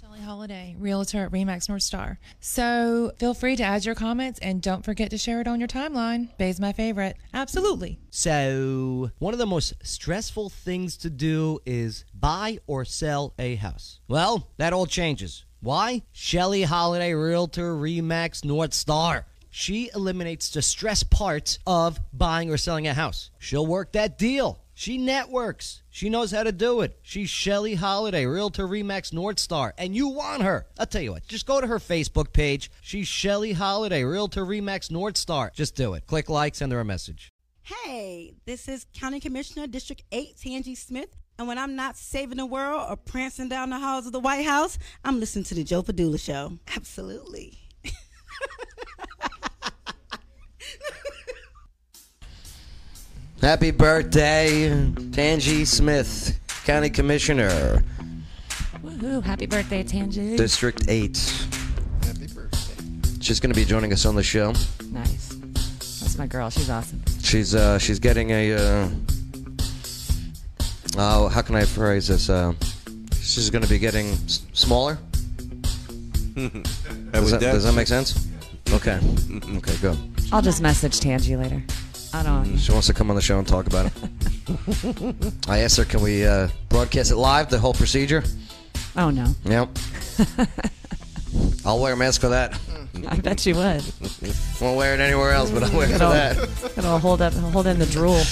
Shelley Holiday, Realtor at Remax North Star. So feel free to add your comments and don't forget to share it on your timeline. Bay's my favorite. Absolutely.
So, one of the most stressful things to do is buy or sell a house. Well, that all changes. Why? Shelly Holiday Realtor Remax North Star. She eliminates the stress parts of buying or selling a house. She'll work that deal. She networks. She knows how to do it. She's Shelly Holiday, Realtor Remax North Star, and you want her. I'll tell you what, just go to her Facebook page. She's Shelly Holiday, Realtor Remax North Star. Just do it. Click like, send her a message.
Hey, this is County Commissioner District 8, Tangi Smith. And when I'm not saving the world or prancing down the halls of the White House, I'm listening to The Joe Padula Show. Absolutely.
Happy birthday, Tangi Smith, County Commissioner,
Woohoo! Happy birthday, Tangi.
District 8.
happy birthday.
She's going to be joining us on the show.
nice. That's my girl. She's awesome.
She's uh, she's getting a uh, oh, how can I phrase this? Uh, she's going to be getting s- smaller. Does that, does that make sense? Okay. Okay. Good.
I'll just message Tangi later. I don't.
She wants to come on the show and talk about it. I asked her, can we uh, broadcast it live? The whole procedure.
Oh no.
Yep. I'll wear a mask for that.
I bet you would.
Won't wear it anywhere else, but I'll wear it for
It'll,
that.
it'll hold up, hold in the drool.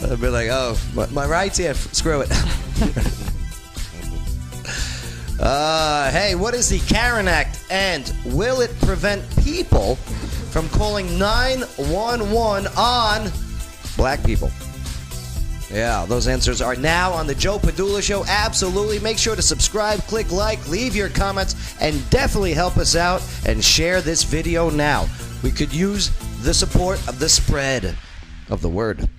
I'll be like, oh, my, my rights here. F- Screw it. uh, hey, what is the Karen Act, and will it prevent people from calling 911 on black people? Yeah, those answers are now on the Joe Padula Show. Absolutely. Make sure to subscribe, click like, leave your comments, and definitely help us out and share this video now. We could use the support of the spread of the word.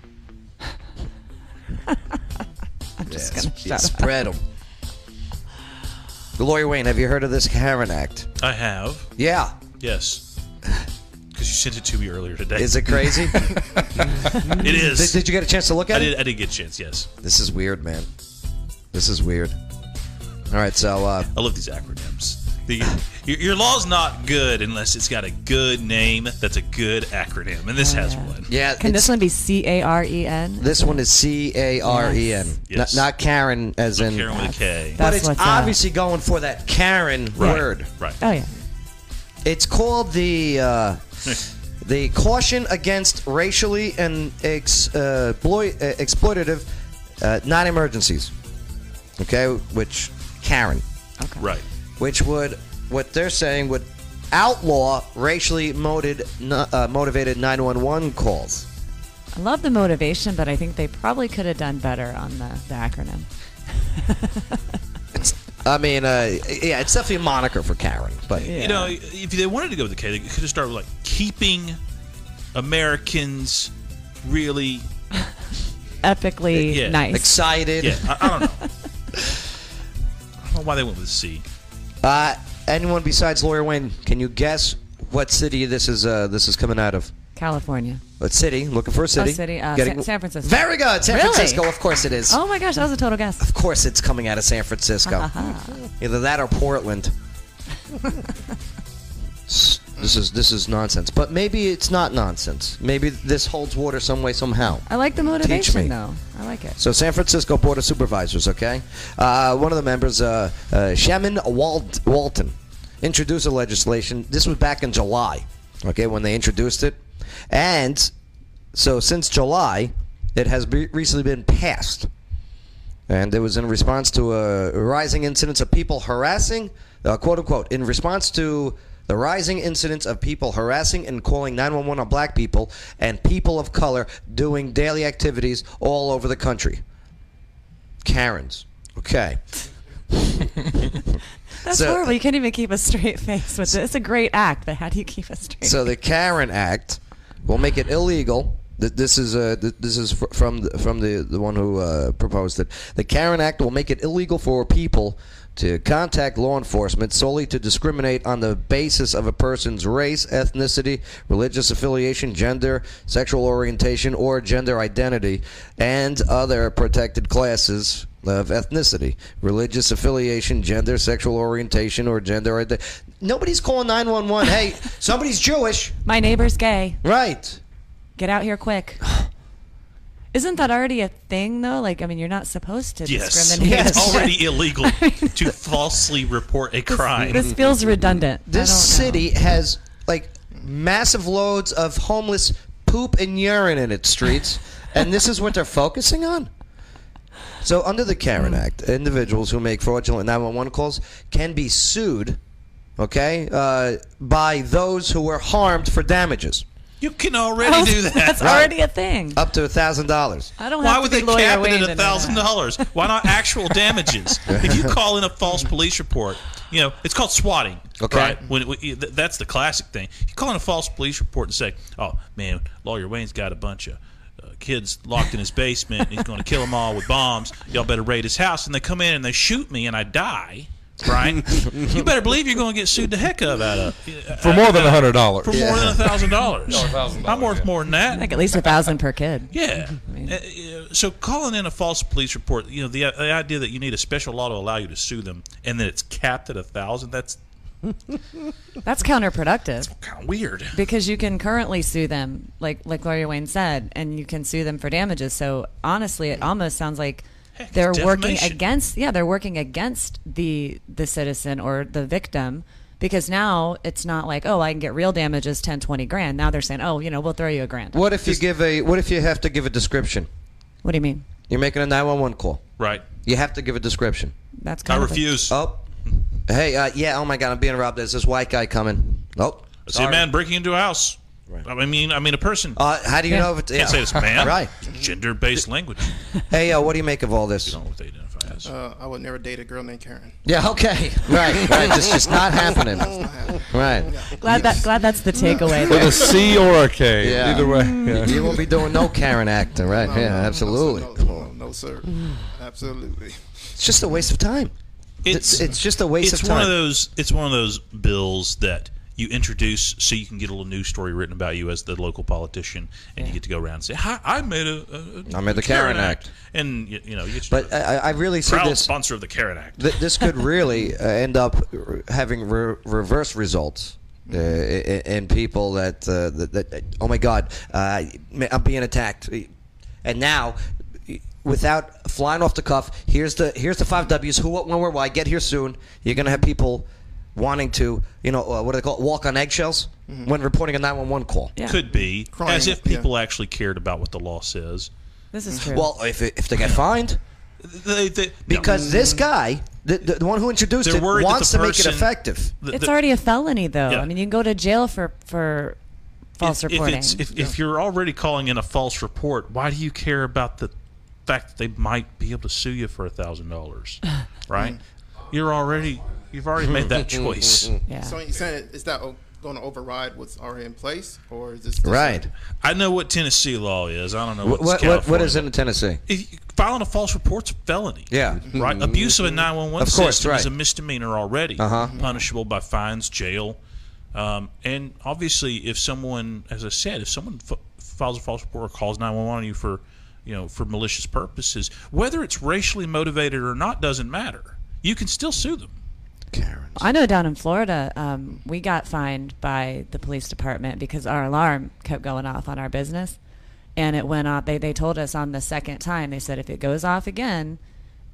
I'm
just
yes,
gonna shut up.
spread them. Lawyer Wayne, have you heard of this Karen Act?
I have.
Yeah.
Yes. Because you sent it to me earlier today.
Is it crazy?
it is.
Did, did you get a chance to look at
I
it?
did. I did get a chance. Yes.
This is weird, man. This is weird. All right, so uh,
I love these acronyms. The, your, your law's not good unless it's got a good name. That's a good acronym, and this has one.
Oh, yeah,
Can
it's-
this one be C A R E N?
This one is C A R E N,
Yes.
not Karen as in.
Karen with a K.
But
That's
it's
what's up.
obviously going for that Karen
Right.
word.
Right.
Oh yeah.
It's called the uh, the caution against racially and ex, uh, bloi- uh, exploitative uh, non-emergencies. okay, which Karen,
right,
which would what they're saying would outlaw racially motivated uh, motivated 911 calls.
I love the motivation, but I think they probably could have done better on the, the acronym.
I mean, uh, yeah, it's definitely a moniker for Karen, but
You know, if they wanted to go with the K, they could have started with like keeping Americans really
Epically
yeah.
nice.
excited.
Yeah, I, I don't know. I don't know why they went with C.
Uh, anyone besides Lawyer Wayne, can you guess what city this is? Uh, this is coming out of.
California.
What city? Looking for a city.
Oh, city uh,
Getting-
San, San Francisco.
Very good, San
Really?
Francisco. Of course it is.
Oh my gosh, that was a total guess.
Of course it's coming out of San Francisco. Either that or Portland. S- This is this is nonsense. But maybe it's not nonsense. Maybe this holds water some way somehow.
I like the motivation
me.
though. I like it.
So San Francisco Board of Supervisors, okay? Uh, one of the members, uh, uh, Shaman Walt- Walton, introduced the legislation. This was back in July, okay, when they introduced it. And so since July, it has be- recently been passed. And it was in response to uh, rising incidents of people harassing, uh, quote unquote, in response to the rising incidents of people harassing and calling 911 on black people and people of color doing daily activities all over the country. Karens. Okay.
That's
So-
horrible. You can't even keep a straight face with it. It's a great act, but how do you keep a straight?
So the Karen Act will make it illegal. th- This is uh, th- this is fr- from the, from the the one who uh, proposed it. The Karen Act will make it illegal for people to contact law enforcement solely to discriminate on the basis of a person's race, ethnicity, religious affiliation, gender, sexual orientation, or gender identity, and other protected classes of ethnicity, religious affiliation, gender, sexual orientation, or gender identity. Nobody's calling 911. Hey, somebody's Jewish.
My neighbor's gay.
Right.
Get out here quick. Isn't that already a thing though? Like, I mean, you're not supposed to
Yes,
discriminate.
it's already illegal to falsely report a crime.
This feels redundant. I
This
don't-
city has like massive loads of homeless poop and urine in its streets, and this is what they're focusing on. So, under the Karen Act, individuals who make fraudulent 911 calls can be sued, okay, uh, by those who were harmed for damages.
You can already do that.
That's already a thing.
Up to a thousand dollars.
I don't
Uh, Why
have
would
to
they
be lawyer
cap it
Wayne uh,
at
to
a
know
thousand
that.
dollars? Why not actual damages? if you call in a false police report, you know it's called swatting.
Okay.
right? When, when th- that's the classic thing. You call in a false police report and say, "Oh man, lawyer Wayne's got a bunch of." Uh, kids locked in his basement. He's going to kill them all with bombs. Y'all better raid his house. And they come in and they shoot me, and I die. Right? you better believe you're going to get sued the heck of out of uh,
For more than hundred dollars.
for more than a thousand dollars.
No, $1,000,
I'm worth more than that.
Like at least a thousand per kid.
Yeah. Uh, uh, So calling in a false police report, you know, the, uh, the idea that you need a special law to allow you to sue them, and then it's capped at a thousand. That's
That's counterproductive.
kind of weird.
Because you can currently sue them, like like Gloria Wayne said, and you can sue them for damages. So honestly, it almost sounds like they're working
defamation.
against. Yeah, they're working against the the citizen or the victim because now it's not like oh I can get real damages 10, 20 grand. Now they're saying oh you know we'll throw you a grand.
What if you give a? What if you have to give a description?
What do you mean?
You're making a 911 call.
Right.
You have to give a description.
That's kind of a-
Oh, hey, uh, yeah. Oh my God, I'm being robbed. There's this white guy coming. Oh,
I see a man breaking into a house. I mean, I mean a person.
Uh, how do you
Yeah.
know if it's
Can't say it's a man.
right?
Gender-based language.
Hey, uh, what do you make of all this?
Uh, I would never date a girl named Karen.
Yeah. Okay. Right. Right. It's just not happening. Right.
Glad that glad that's the takeaway.
With a C or a K,
Yeah.
either way.
Mm.
Yeah.
You won't be doing no Karen acting, right?
No,
yeah.
no, no,
absolutely.
No, sir, no, Oh, no, no, sir. Absolutely.
It's just a waste of time. It's it's just a waste
it's
of
one of
time.
those. It's one of those bills that you introduce so you can get a little news story written about you as the local politician, and you get to go around and say, "Hi, I made a, a- a
I made the Karen Act.
and you, you know, you get
But uh, I, I- I really see
proud
this.
sponsor of the Karen Act.
Th- this could really uh, end up r- having re- reverse results. Uh, i- i- in people that, uh, that, that, that- oh my God, uh, ma- I'm being attacked, and now, without flying off the cuff, here's the here's the five W's: who, what, when, where, why. Get here soon. You're gonna have people wanting to, you know, uh, what do they call it? Walk on eggshells when reporting a 911 call.
Could be
Crime,
as if
yeah.
people actually cared about what the law says.
This is true.
Well, if if they get fined,
They, they,
Because this guy, the, the, the one who introduced
Mm-hmm. They're
it,
worried that
wants
the
to make it
person-
effective.
it's already a felony, though.
Yeah.
I mean, you can go to jail for for false
if,
reporting.
If, it's, if, if you're already calling in a false report, why do you care about the fact that they might be able to sue you for a thousand dollars? Right? You're already you've already made that choice.
So you're saying it- is that going to override what's already in place, or is this
I know what Tennessee law is. I don't know
What,
what's
what, what,
California.
what is in Tennessee?
If you- filing a false report's a felony.
Yeah.
Right. Abuse of a 911
Of course,
system
right.
is a misdemeanor already,
Uh-huh.
punishable by fines, jail. Um, and obviously, if someone, as I said, if someone f- files a false report or calls 911 on you for, you know, for malicious purposes, whether it's racially motivated or not doesn't matter. You can still sue them.
I know down in Florida, um, we got fined by the police department because our alarm kept going off on our business. And it went off. They, they told us on the second time, they said, if it goes off again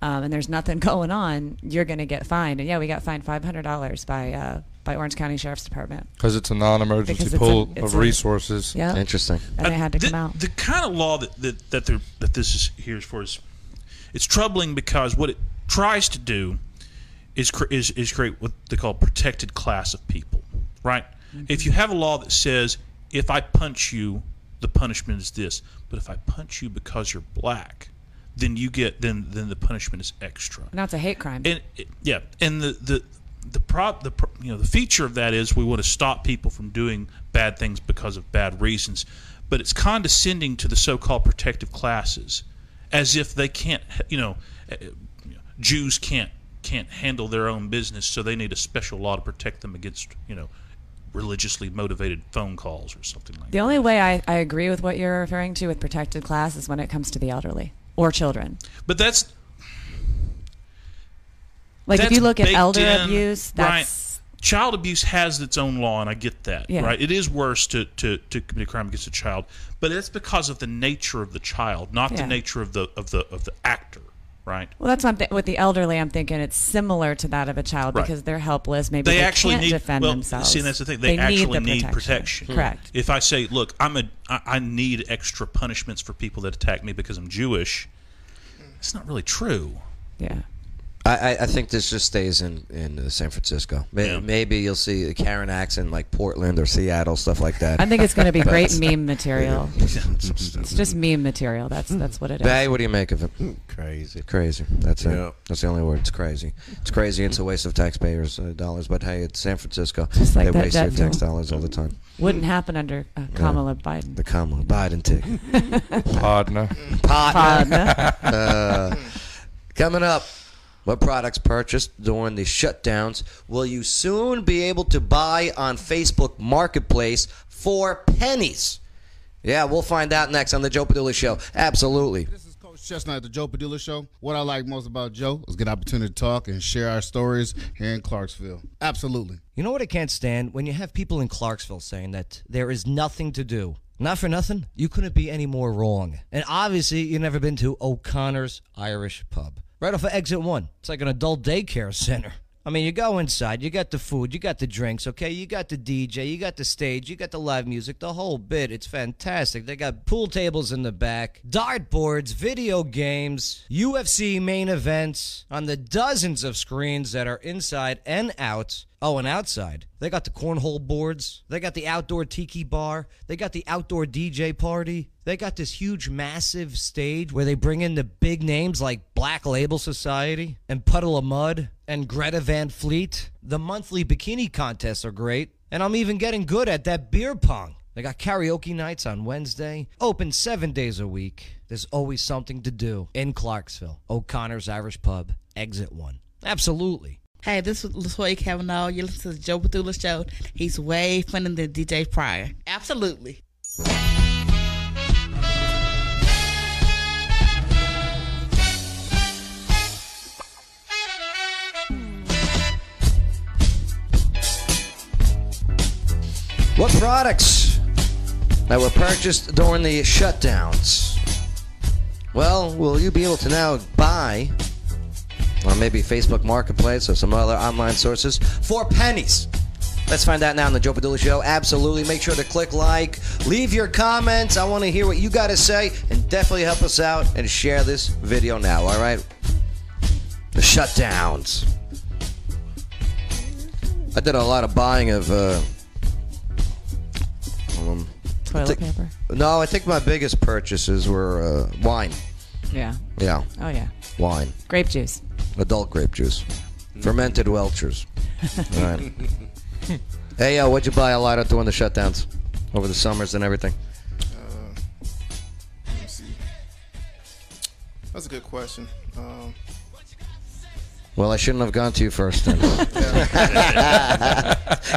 um, and there's nothing going on, you're going to get fined. And yeah, we got fined $500 by, uh, by Orange County Sheriff's Department.
Because it's a non-emergency
Because it's
pool
a- it's
of
a-
resources.
Yeah.
Interesting.
And they
Uh,
had to
the,
come out.
The kind of law that that that, they're, that this is here is for is it's troubling because what it tries to do is cr- is is create what they call a protected class of people, right?
Mm-hmm.
If you have a law that says if I punch you, the punishment is this, but if I punch you because you're black, then you get then then the punishment is extra.
Now it's a hate crime.
And it- yeah, and the the the prop the pro- you know the feature of that is we want to stop people from doing bad things because of bad reasons, but it's condescending to the so-called protective classes, as if they can't you know eh, eh, Jews can't can't handle their own business, so they need a special law to protect them against you know religiously motivated phone calls or something like.
The only way I, I agree with what you're referring to with protected class is when it comes to the elderly or children.
But that's
Like if
That's
you look at
baked
elder
in,
abuse, that's
right. child abuse has its own law, and I get that.
Yeah.
Right, it is worse to, to, to commit a crime against a child, but it's because of the nature of the child, not
Yeah.
the nature of the of the of the actor. Right,
Well, that's what I'm th- with the elderly. I'm thinking it's similar to that of a child
Right.
because they're helpless. Maybe they, can't defend
well,
themselves.
See, and that's the thing. They, actually need protection.
Hmm. Correct.
If I say, look, I'm a, I, I need extra punishments for people that attack me because I'm Jewish, it's not really true.
Yeah.
I, I- I think this just stays in, in uh, San Francisco. May- Maybe you'll see a Karen accent like Portland or Seattle, stuff like that.
I think it's going to be
But-
great meme material.
it's
just meme material. That's that's what it is.
Bay, what do you make of it?
Crazy.
Crazy. That's
Yeah.
it. That's the only word. It's crazy. It's crazy. It's a waste of taxpayers' uh, dollars. But hey, it's San Francisco.
Just like
they
that
waste their
jet
tax
fuel.
dollars all the time.
Wouldn't happen under uh,
Yeah.
Kamala Biden.
The Kamala Biden ticket.
Podna.
Partner.
Partner.
uh, coming up, what products purchased during the shutdowns will you soon be able to buy on Facebook Marketplace for pennies? Yeah, we'll find out next on the Joe Padula Show. Absolutely.
Coach Chestnut at the Joe Padula Show. What I like most about Joe is get opportunity to talk and share our stories here in Clarksville. Absolutely.
You know what I can't stand? When you have people in Clarksville saying that there is nothing to do. Not for nothing, you couldn't be any more wrong. And obviously, you've never been to O'Connor's Irish Pub. Right off of exit one, it's like an adult daycare center. I mean, you go inside, you got the food, you got the drinks, okay? You got the DJ, you got the stage, you got the live music, the whole bit. It's fantastic. They got pool tables in the back, dartboards, video games, UFC main events on the dozens of screens that are inside and out. Oh, and outside. They got the cornhole boards. They got the outdoor tiki bar. They got the outdoor DJ party. They got this huge, massive stage where they bring in the big names like Black Label Society and Puddle of Mud and Greta Van Fleet. The monthly bikini contests are great. And I'm even getting good at that beer pong. They got karaoke nights on Wednesday, open seven days a week. There's always something to do in Clarksville, O'Connor's Irish Pub, exit one. Absolutely.
Hey, this is Latoya Cavanaugh. You listen to the Joe Bethula Show. He's way funnier than DJ Pryor. Absolutely.
What products that were purchased during the shutdowns? Well, will you be able to now buy, or maybe Facebook Marketplace or some other online sources, for pennies? Let's find out now on the Joe Padula Show. Absolutely. Make sure to click like, leave your comments. I want to hear what you got to say, and definitely help us out and share this video now, all right? shutdowns. I did a lot of buying of. Uh, um, I
Toilet
think-
paper?
No, I think my biggest purchases were uh, wine.
Yeah.
Yeah.
Oh, yeah.
Wine.
Grape juice.
Adult grape juice. Fermented Welchers. All right. Hey, yo, what'd you buy a lot of during the shutdowns over the summers and everything?
Let me see. That's a good question. Um,
Well, I shouldn't have gone to you first then.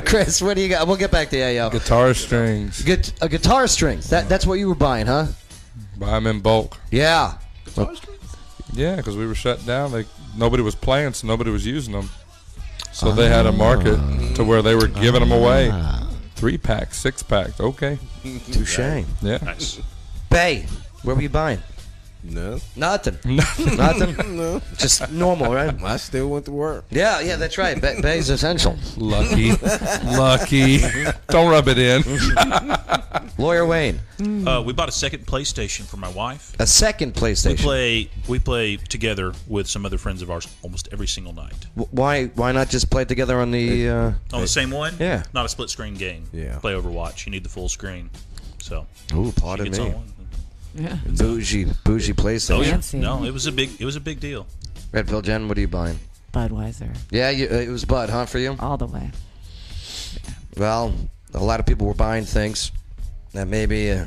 Chris, what do you got? We'll get back to you, yo.
Guitar strings.
Get a guitar strings. That that's what you were buying, huh?
Buy them in bulk.
Yeah.
Yeah, because we were shut down. They nobody was playing, so nobody was using them. So they
Ah.
had a market to where they were giving them away, three pack, six pack. Okay.
Touche.
Yeah.
Nice. Bay, what were you buying?
No.
Nothing. Nothing.
no.
Just normal, right?
I still went to work.
Yeah, yeah, that's right. Ba- Bay's essential.
Lucky. Lucky. Don't rub it in.
Lawyer Wayne.
Uh, we bought a second PlayStation for my wife.
A second
We
PlayStation.
play we play together with some other friends of ours almost every single night
Wh- Why why not just play together on the uh,
on the same one.
Yeah.
not a split screen game.
Yeah.
play Overwatch. You need the full screen. So
Ooh,
she
pardon
gets
me.
on one.
Yeah.
Bougie, bougie PlayStation.
Oh yeah, no, it was a big it was a big deal.
Red Pill Jen, what are you buying?
Budweiser.
Yeah, you, uh, it was Bud, huh, for you?
All the way.
Well, a lot of people were buying things that maybe uh,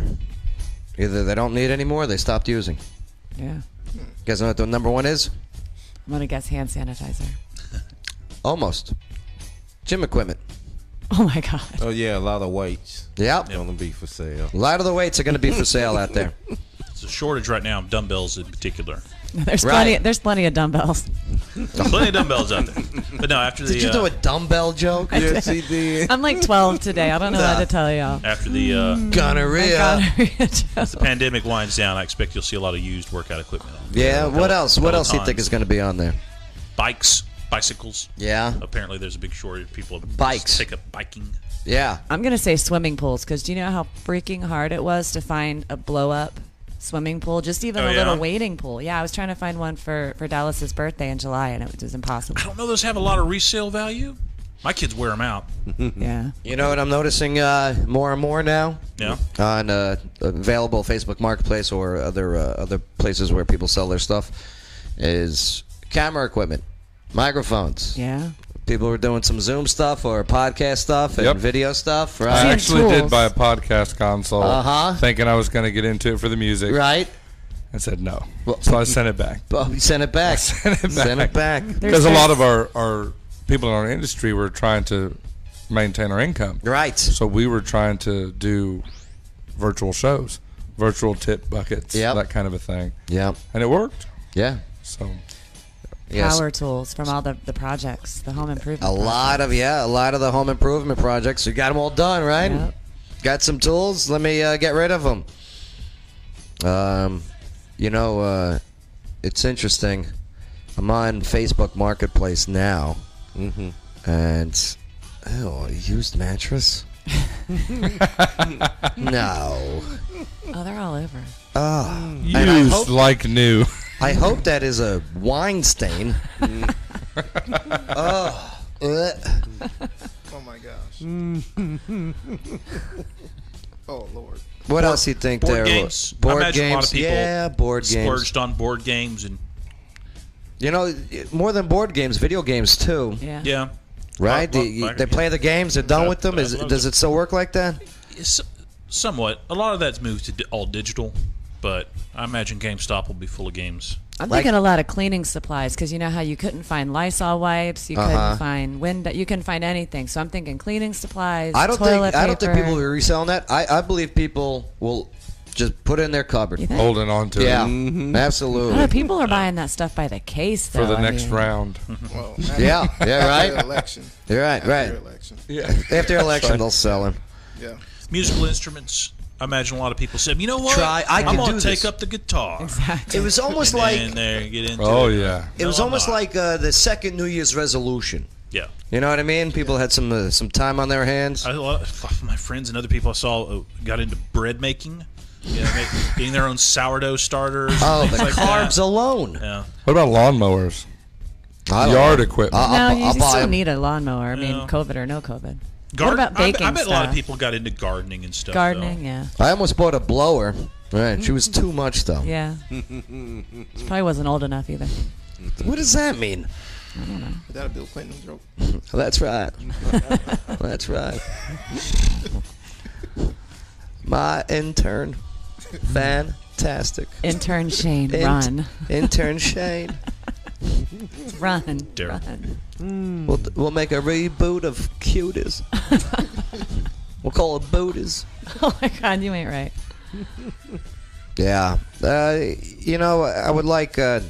either they don't need anymore or they stopped using.
Yeah. I'm
You guys know what the number one is?
going to guess hand sanitizer.
Almost. Gym equipment.
Oh, my God.
Oh yeah, a lot of weights.
Yep.
Gonna be for sale.
A lot of the weights are going to be for sale out there.
It's a shortage right now of dumbbells in particular.
There's
Right.
plenty. There's plenty of dumbbells.
Plenty of dumbbells out there. But no, after the
Did you
uh,
do a dumbbell joke?
I Yes, did. I'm like 12 today. I don't know what to tell y'all.
after the uh,
Gonorrhea.
as the pandemic winds down, I expect you'll see a lot of used workout equipment. on
Yeah,
Peloton-
what else? What else do you
Pelotons.
think is going to be on there?
Bikes, bicycles.
Yeah.
Apparently, there's a big shortage of people. that
Bikes.
Take up biking.
Yeah.
I'm gonna say swimming pools because do you know how freaking hard it was to find a blow up swimming pool, just even
Oh,
a
yeah?
little waiting pool. Yeah, I was trying to find one for for Dallas's birthday in July, and it was, impossible.
I don't know those have a lot of resale value. My kids wear them out.
yeah.
You know what I'm noticing uh, more and more now?
Yeah.
On uh, available Facebook Marketplace or other uh, other places where people sell their stuff is camera equipment, microphones.
Yeah.
People are doing some Zoom stuff or podcast stuff and
Yep.
video stuff, right?
I actually did buy a podcast console,
Uh-huh.
thinking I was going to get into it for the music.
Right.
And said no. so I sent it back.
But we sent it back.
sent it
Sent it back.
Because a lot of our, our people in our industry were trying to maintain our income.
Right.
So we were trying to do virtual shows, virtual tip buckets,
Yep.
that kind of a thing.
Yep.
And it worked.
Yeah.
So
Yes.
Power tools from all the, the projects, the home improvement.
A lot of yeah, a lot of the home improvement projects. You got them all done, right?
Yep.
Got some tools. Let me uh, get rid of them. Um, you know, uh, it's interesting. I'm on Facebook Marketplace now, mm-hmm. and oh, a used mattress. no.
Oh, they're all over.
Oh.
used like new.
I hope that is a wine stain. oh. Ugh.
oh my gosh. oh lord.
What else you think
board
there?
Games. I
Board
imagine
games.
A lot of people
yeah, board games.
Splurged on board games and
You know, more than board games, video games too.
Yeah.
yeah.
Right?
Well,
The-
well,
they play the games. They're done
Yeah,
with them.
I
Is
love
does it still work like that?
It's somewhat. A lot of that's moved to di- all digital, but I imagine GameStop will be full of games.
I'm thinking a lot of cleaning supplies because you know how you couldn't find Lysol wipes, you
Uh-huh.
couldn't find window, you couldn't find anything. So I'm thinking cleaning supplies.
I don't think.
toilet
I don't think
paper.
people will be reselling that. I, I believe people will just put it in their cupboard,
Holding on to it.
yeah,
Mm-hmm.
Mhm.
absolutely.
Oh, people are buying that stuff by the case though.
for the
I
next
mean.
round.
yeah, yeah, right.
After the election.
You're right,
After
right.
the election.
Yeah.
After
That's
election,
right.
they'll sell him.
Yeah.
Musical instruments. I imagine a lot of people said, "You know what?
Try- I
am
can
gonna
do
take
this."
up the guitar."
It was almost
and
like
then they get into
Oh,
it.
yeah.
it
No,
was
I'm
almost
not.
like uh, the second New Year's resolution.
yeah.
You know what I mean? People had some uh, some time on their hands.
I, a lot of my friends and other people I saw uh, got into bread making, you know, make, getting their own sourdough starters. and
Oh,
things
the
like
carbs
That.
alone.
Yeah.
What about lawnmowers?
I don't
Yard
know.
equipment.
no,
I'll bu-
you
I'll
still
buy 'em.
need a lawnmower. I mean,
Yeah.
COVID or no COVID.
Garden-
what about
I bet-
baking
I, bet a lot of
stuff?
people got into gardening and stuff.
Gardening, yeah.
I almost bought a blower. Right, she was too much though.
Mm-hmm. Yeah. She probably wasn't old enough either.
What does that mean?
I don't know.
Is that a Bill Clinton joke?
That's right. That's right. My intern, fantastic.
Intern Shane,
Int-
run.
Intern Shane.
Run.
Daryl.
Run.
We'll, we'll make a reboot of Cuties. we'll call it Booties.
Oh my God, you ain't right.
Yeah. Uh, you know, I would like uh,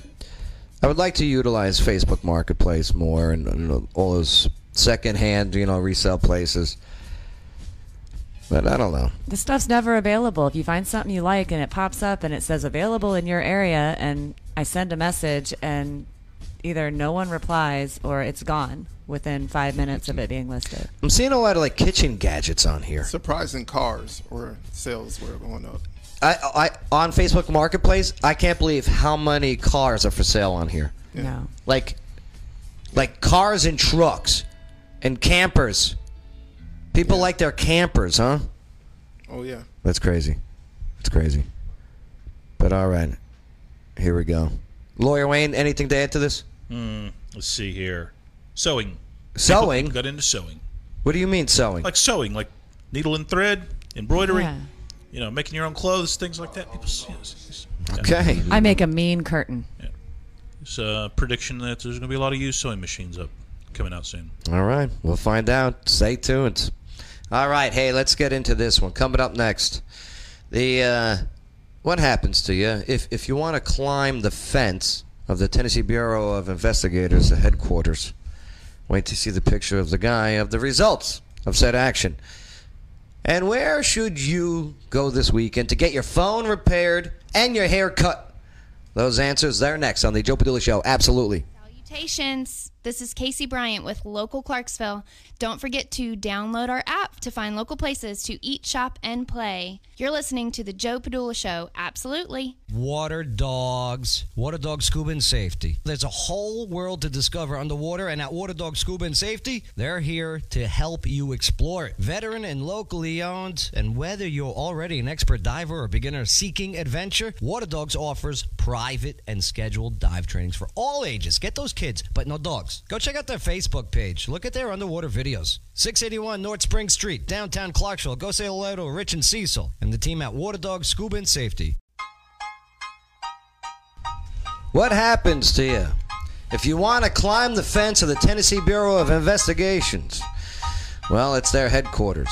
I would like to utilize Facebook Marketplace more and you know, all those secondhand, you know, resale places. But I don't know.
The stuff's never available. If you find something you like and it pops up and it says available in your area, and I send a message and either no one replies or it's gone within five minutes of it being listed.
I'm seeing a lot of like kitchen gadgets on here.
Surprising cars or sales were going up.
I, I on Facebook Marketplace, I can't believe how many cars are for sale on here.
No.
Like, like cars and trucks, and campers. People like their campers, huh?
Oh yeah.
That's crazy. That's crazy. But all right, here we go. Lawyer Wayne, anything to add to this?
Hmm, let's see here. Sewing.
Sewing?
People got into sewing.
What do you mean sewing?
Like sewing, like needle and thread, embroidery,
Yeah.
you know, making your own clothes, things like that. People, it's,
Okay.
I make a mean curtain.
it's a prediction that there's going to be a lot of used sewing machines up coming out soon.
All right, we'll find out. Stay tuned. All right, hey, let's get into this one. Coming up next, the uh, what happens to you if if you want to climb the fence of the Tennessee Bureau of Investigators headquarters? Wait to see the picture of the guy of the results of said action. And where should you go this weekend to get your phone repaired and your hair cut? Those answers they're next on the Joe Padula Show. Absolutely.
Salutations. This is Casey Bryant with Local Clarksville. Don't forget to download our app to find local places to eat, shop, and play. You're listening to The Joe Padula Show. Absolutely.
Water dogs, water dog scuba and safety. There's a whole world to discover underwater, and at Water Dog Scuba and Safety, they're here to help you explore it. Veteran and locally owned, and whether you're already an expert diver or beginner seeking adventure, Water Dogs offers private and scheduled dive trainings for all ages. Get those kids, but no dogs. Go check out their Facebook page. Look at their underwater videos. 681 North Spring Street, downtown Clarksville. Go say hello to Rich and Cecil and the team at Water Dog Scuba and Safety.
What happens to you if you want to climb the fence of the Tennessee Bureau of Investigations? Well, it's their headquarters.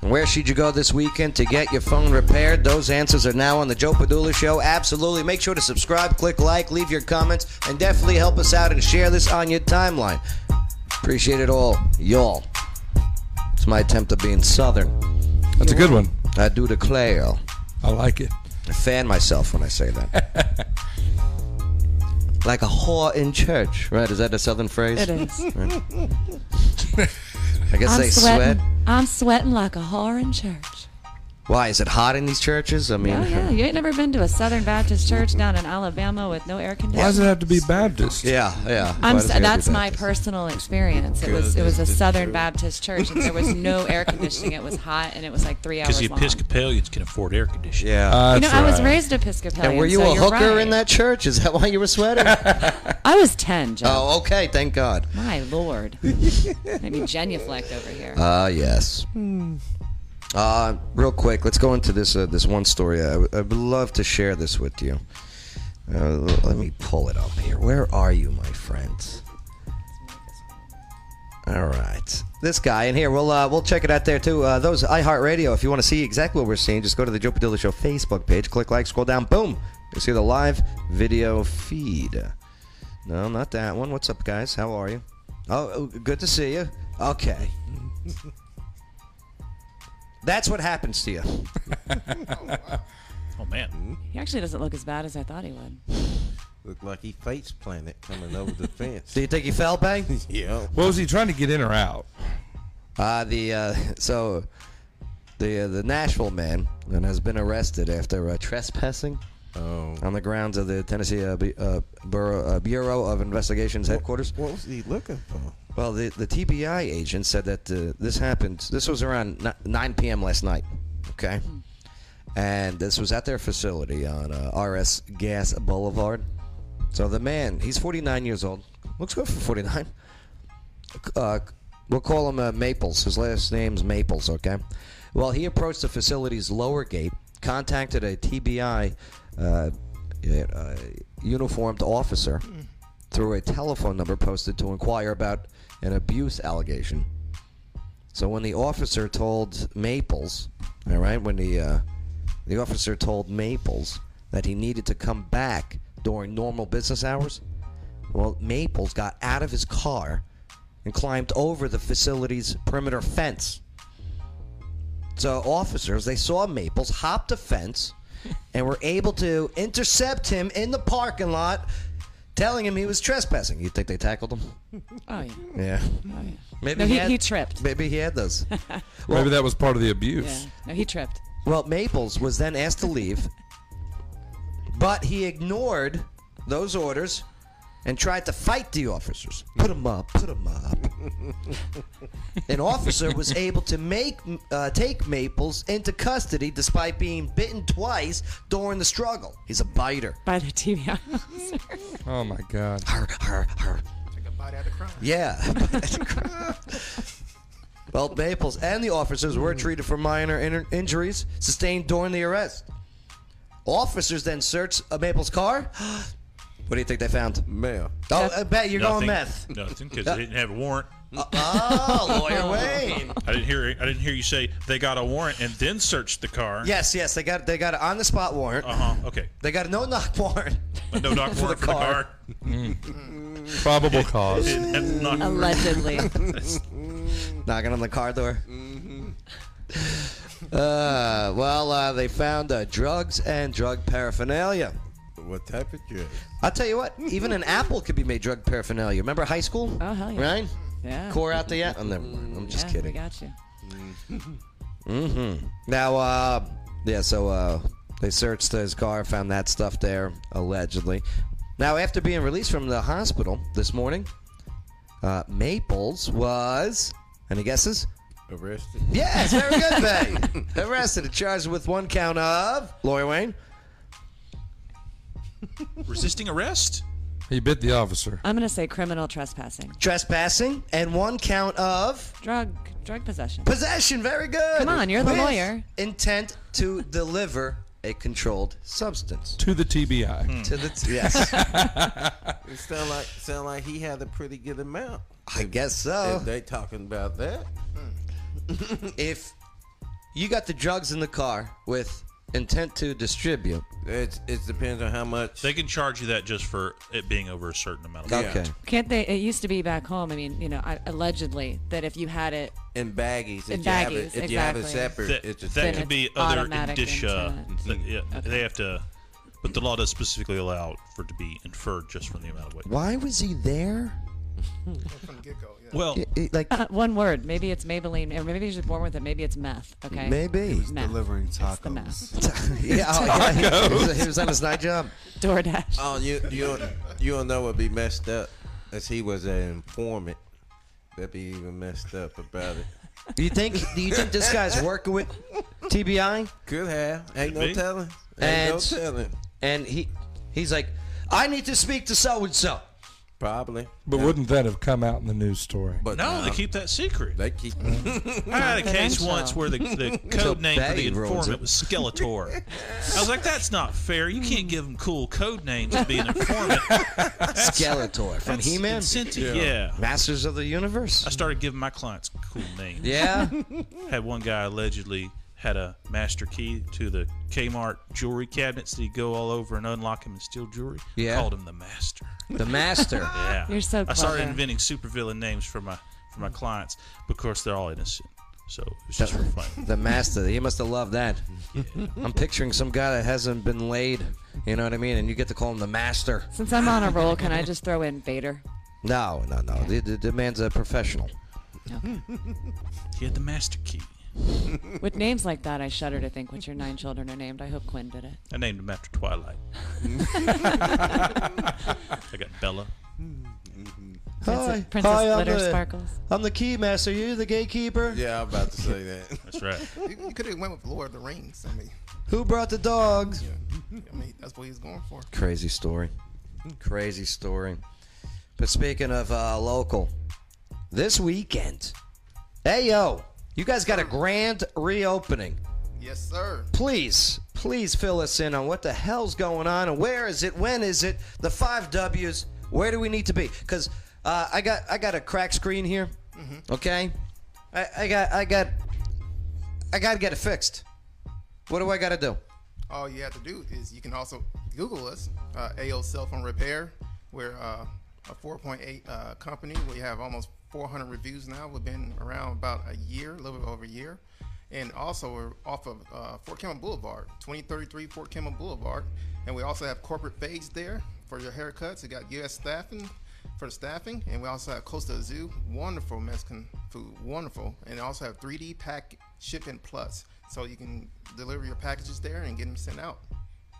And where should you go this weekend to get your phone repaired? Those answers are now on the Joe Padula Show. Absolutely. Make sure to subscribe, click like, leave your comments, and definitely help us out and share this on your timeline. Appreciate it all, y'all. It's my attempt at being Southern.
That's a good one.
I do declare.
I like it.
I fan myself when I say that. like a whore in church, right? Is that a southern phrase?
It is.
Right. I guess
I'm
they sweat.
sweating. I'm sweating like a whore in church.
Why is it hot in these churches? I mean,
Oh yeah, you ain't never been to a Southern Baptist church down in Alabama with no air conditioning.
Why does it have to be Baptist?
Yeah, yeah.
I'm, s- that's my personal experience. It was it was a
Goodness.
Southern Baptist church, and there was no air conditioning. It was hot, and it was like three
Because
hours
the
long.
Episcopalians can afford air conditioning.
Yeah.
you know, I was raised Episcopalian.
Uh, and were you
so
a
you're
hooker
right.
in that church? Is that why you were sweating?
I was ten. Joe.
Oh, okay. Thank God.
My lord, maybe genuflect over here.
Ah, yes.
Hmm.
Uh, real quick, let's go into this uh, this one story. I, w- I would love to share this with you. Uh, l- let me pull it up here. Where are you, my friends? All right, this guy in here. We'll uh, we'll check it out there too. Uh, those iHeartRadio. If you want to see exactly what we're seeing, just go to the Joe Padilla Show Facebook page. Click like, scroll down, boom. You see the live video feed. No, not that one. What's up, guys? How are you? Oh, oh, good to see you. Okay. That's what happens to you.
Oh man,
He actually doesn't look as bad as I thought he would.
Look like he face planted coming over the fence.
Do you think he fell, Bang?
yeah.
What was he trying to get in or out?
Uh, the uh, so the uh, the Nashville man and has been arrested after uh, trespassing
Oh.
On the grounds of the Tennessee uh, Bu- uh, Bureau, uh, Bureau of Investigations headquarters.
What was he looking for?
Well, the, the TBI agent said that uh, this happened. This was around ni- 9 p.m. last night. Okay. And this was at their facility on uh, RS Gas Boulevard. So the man, he's 49 years old. Looks good for 49. Uh, we'll call him uh, Maples. His last name's Maples, okay? Well, he approached the facility's lower gate, contacted a TBI uh, uh, uniformed officer through a telephone number posted to inquire about an abuse allegation. So when the officer told Maples, all right, when the uh, the officer told Maples that he needed to come back during normal business hours, well, Maples got out of his car and climbed over the facility's perimeter fence. So officers, they saw Maples hop the fence and were able to intercept him in the parking lot, telling him he was trespassing. You think they tackled him?
Oh yeah.
Yeah. Maybe
No, he- he tripped.
Maybe he had those.
Maybe that was part of the abuse.
Yeah. No, he tripped.
Well, Maples was then asked to leave, but he ignored those orders and tried to fight the officers. Put him up, put him up. An officer was able to make uh, take Maples into custody despite being bitten twice during the struggle. He's a biter.
By the TV.
Oh my God.
Take a bite out of crime.
Yeah. well, Maples and the officers
Mm.
were treated for minor in- injuries sustained during the arrest. Officers then searched uh, Maples' car. what do you think they found?
Mail.
Oh, I bet you're
Nothing.
going meth.
Nothing, because they didn't have a warrant.
oh, lawyer Wayne.
I didn't hear. I didn't hear you say they got a warrant and then searched the car.
Yes, yes, they got they got an on the spot warrant. Uh
huh. Okay.
They got a no knock warrant.
A no knock warrant for the car.
Probable cause.
Allegedly.
Knocking on the car door.
Mm-hmm.
Uh, well, uh, they found uh, drugs and drug paraphernalia.
What type of drug?
I'll tell you what, even an apple could be made drug paraphernalia. Remember high school?
Oh, hell yeah.
Right?
Yeah.
Core out the. I'm, never mind. I'm just
yeah,
kidding.
We got you.
Mm-hmm. Now, uh, yeah, so uh, they searched his car, found that stuff there, allegedly. Now, after being released from the hospital this morning, uh, Maples was, any guesses?
Arrested.
Yes, very good, Bay. Arrested and charged with one count of, Lawyer Wayne,
Resisting arrest?
He bit the officer.
I'm gonna say criminal trespassing,
trespassing, and one count of
drug drug possession.
possession. Very good.
Come on, you're the
With
lawyer.
Intent to deliver a controlled substance.
To the
Hmm.
TBI.
To the t- yes.
It sound like sound like he had a pretty good amount.
I guess
Uh.
so.
If they talking about that.
if you got the drugs in the car with intent to distribute,
it's it depends on how much.
They can charge you that just for it being over a certain amount of
Okay.
Can't they? It used to be back home. I mean, you know, I, allegedly that if you had it,
In baggies. If
In
you have it,
baggies,
if you have it separate,
exactly.
That,
it's a
that
thing.
could be
It's
other
automatic
indicia.
intent.
that- yeah, They have to, but the law does specifically allow for it to be inferred just from the amount of weight.
why was he there?
From the get-go, yeah.
Well,
like
uh, one word. Maybe it's Maybelline, or maybe you're just born with it. Maybe it's meth. Okay.
Maybe.
It's meth.
delivering
It's the meth.
yeah, oh, yeah, he- he, was, he was on his night job. Um,
DoorDash.
Oh, you you don't- you don't know what be messed up, as he was an informant. That be even messed up about it.
Do you think? Do you think this guy's working with TBI?
Could have. Ain't no
Could be.
telling. Ain't no
And
telling.
and he he's like, I need to speak to so and so.
Probably.
But wouldn't that have come out in the news story?
But
no,
Um,
they keep that secret.
They keep.
I had a case once where the, the
So
code name for the
Betty ruins
informant
it.
was Skeletor. I was like, that's not fair. You can't give them cool code names to be an informant. That's-
Skeletor from
that's
He-Man.
incentive, yeah.
Masters of the Universe.
I started giving my clients cool names.
Yeah.
Had one guy allegedly had a master key to the Kmart jewelry cabinets that he'd go all over and unlock them and steal jewelry.
Yeah.
Called him the master.
The Master.
Yeah.
You're so
I started
clever.
inventing supervillain names for my for my clients because they're all innocent. So it's just for fun.
The master. He must have loved that. I'm picturing some guy that hasn't been laid. You know what I mean? And you get to call him the master.
Since I'm on a roll, can I just throw in Vader?
No, no, no. The, the, the man's a professional.
He had the master key.
With names like that, I shudder to think what your nine children are named. I hope Quinn did it.
I named him after Twilight. I got Bella.
Hi. Princess
Hi, I'm
Glitter
the-
Sparkles.
I'm the key master. You the gatekeeper?
Yeah, I'm about to say that.
That's right.
You, you could have went with Lord of the Rings. I mean,
Who brought the dogs?
I mean that's what he was going for.
Crazy story. Crazy story. But speaking of uh, local, this weekend, hey yo, you guys got a grand reopening.
Yes, sir.
Please, please fill us in on what the hell's going on and where is it, when is it, the five W's. Where do we need to be? Because uh, I got I got a crack screen here.
Mhm.
Okay, I, I got I got I got to get it fixed. What do I got to do?
all you have to do is you can also Google us, uh, AO Cell Phone Repair. We're uh, a 4.8 uh, company. We have almost 400 reviews now. We've been around about a year, a little bit over a year. And also, we're off of uh, Fort Campbell Boulevard, 2033 Fort Campbell Boulevard. And we also have Corporate Fades there for your haircuts. We got U.S. Staffing for the staffing. And we also have Costa Zoo, wonderful Mexican food, wonderful. And also have 3D Pack Shipping Plus. So you can deliver your packages there and get them sent out.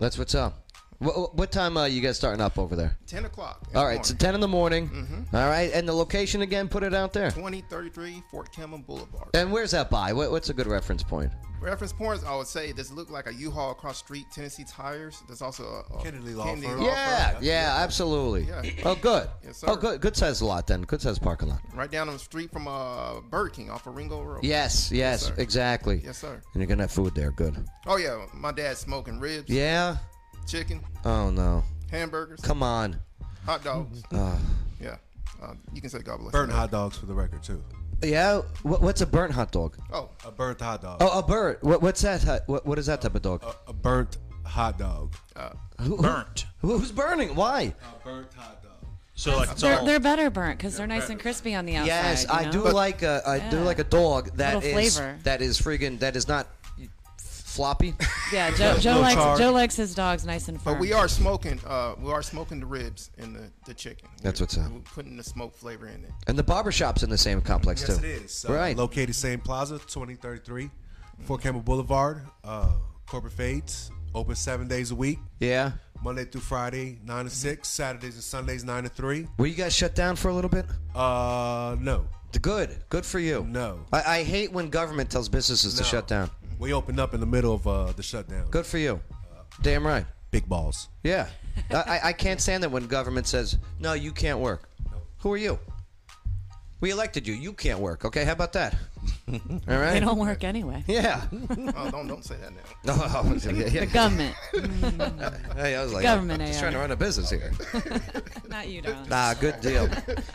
That's what's up. What, what time are you guys starting up over there?
10 o'clock.
All right, so 10 in the morning.
Mhm.
All right, and the location again, put it out there.
2033 Fort Campbell Boulevard.
And where's that by? What, what's a good reference point?
Reference points, I would say, does it look like a U-Haul across the street, Tennessee Tires? There's also a, a Kennedy Law
Yeah, yeah, absolutely.
Yeah.
Oh, good.
Yes,
Oh,
sir.
good. Good size lot then. Good size parking lot.
Right down the street from uh, Burger King off of Ringo Road.
Yes, yes,
sir.
exactly.
Yes, sir.
And you're gonna have food there. Good.
Oh, yeah, my dad's smoking ribs,
Yeah.
chicken,
Oh no.
hamburgers,
Come on.
hot dogs.
Ah.
yeah, uh, you can say God bless.
Burnt
America.
hot dogs for the record too.
Yeah. What, what's a burnt hot dog?
Oh,
a burnt hot dog.
Oh, a burnt. What, what's that? hot- What, what is that type of
Uh,
dog?
A burnt hot dog.
Who- who- who- who's burning? Why?
burnt hot dog.
So like it's
They're,
all
they're better burnt because they're nice and crispy on the outside.
Yes,
you
I
know?
do like a I do
Yeah.
like a dog that
Little
is
flavor.
that is friggin' that is not f- floppy.
Yeah, Joe, Joe likes Joe likes his dogs nice and firm.
But we are smoking. Uh, we are smoking the ribs and the, the chicken.
That's what's up.
We're putting the smoke flavor in it.
And the barber shop's in the same complex
Yes,
too.
it is. Uh,
right.
Located same plaza, 2033, Fort Campbell Boulevard. Uh, corporate Fades, open seven days a week.
Yeah.
Monday through Friday, 9 to 6. Saturdays and Sundays, 9 to 3.
Were you guys shut down for a little bit?
Uh, no.
Good. Good for you.
No.
I, I hate when government tells businesses to
No.
shut down.
We opened up in the middle of uh, the shutdown.
Good for you. Damn right.
Big balls.
Yeah. I, I- I can't stand that when government says, no, you can't work. Who are you? We elected you. You can't work. Okay, how about that? All right.
They don't work anyway.
Yeah.
oh, don't don't say that now.
Oh, yeah, yeah.
The government.
Hey, I was
The
like,
government
I'm just
AI.
trying to run a business here.
Not you, Don.
Nah, good deal.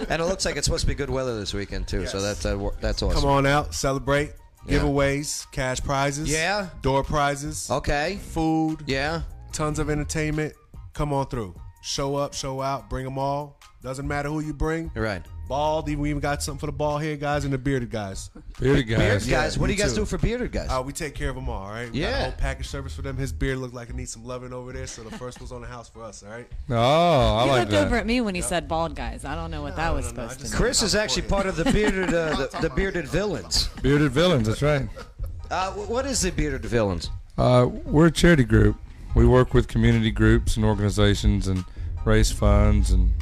And it looks like it's supposed to be good weather this weekend too. So that's uh, wor- that's awesome.
Come on out, celebrate.
Yeah.
Giveaways, cash prizes.
Yeah.
Door prizes.
Okay.
Food.
Yeah.
Tons of entertainment. Come on through. Show up, show out, bring them all. Doesn't matter who you bring.
You're right.
Bald, even we even got something for the bald head guys and the bearded guys.
Bearded guys.
Bearded
Yeah,
guys. What do
me
you guys
too.
do for bearded guys?
Uh, we take care of them all, all right? We Got
Yeah.
a whole package service for them. His beard looked like it needs some loving over there, so the first was on the house for us, all right?
Oh, I
he
like
looked
that.
over at me when he said bald guys. I don't know what that was supposed to mean.
Chris is actually part of the bearded uh, the, the bearded villains.
Bearded villains. That's right.
Uh, wh- what is the bearded villains?
Uh, we're a charity group. We work with community groups and organizations and raise funds and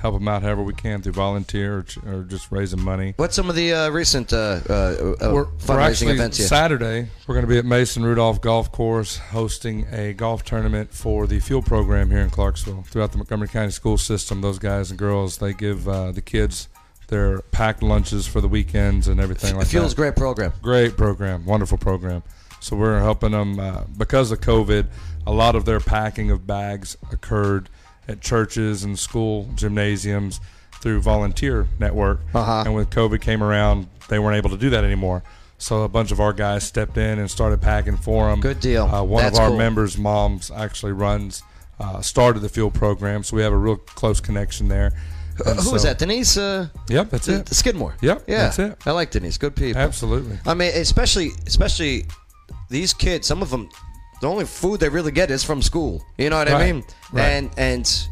help them out however we can through volunteer or, ch- or just raising money.
What's some of the uh, recent uh, uh, uh, fundraising
We're actually
events here?
Saturday. We're going to be at Mason Rudolph Golf Course hosting a golf tournament for the fuel program here in Clarksville. Throughout the Montgomery County school system, those guys and girls they give uh, the kids their packed lunches for the weekends and everything like
Fuel's
that.
great program.
Great program, wonderful program. So we're helping them uh, because of COVID. A lot of their packing of bags occurred at churches and school gymnasiums through volunteer network. Uh-huh. And when COVID came around, they weren't able to do that anymore. So a bunch of our guys stepped in and started packing for them. Good deal. Uh, one
That's
of our
cool.
members' moms actually runs, uh, started the field program, so we have a real close connection there.
Who
And
who was
so-
that? Denise. Uh,
Yep, that's
Th-
it.
Skidmore.
Yep,
Yeah,
that's it.
I like Denise. Good people.
Absolutely.
I mean, especially especially these kids. Some of them, the only food they really get is from school. You know what I
Right,
mean?
right.
And and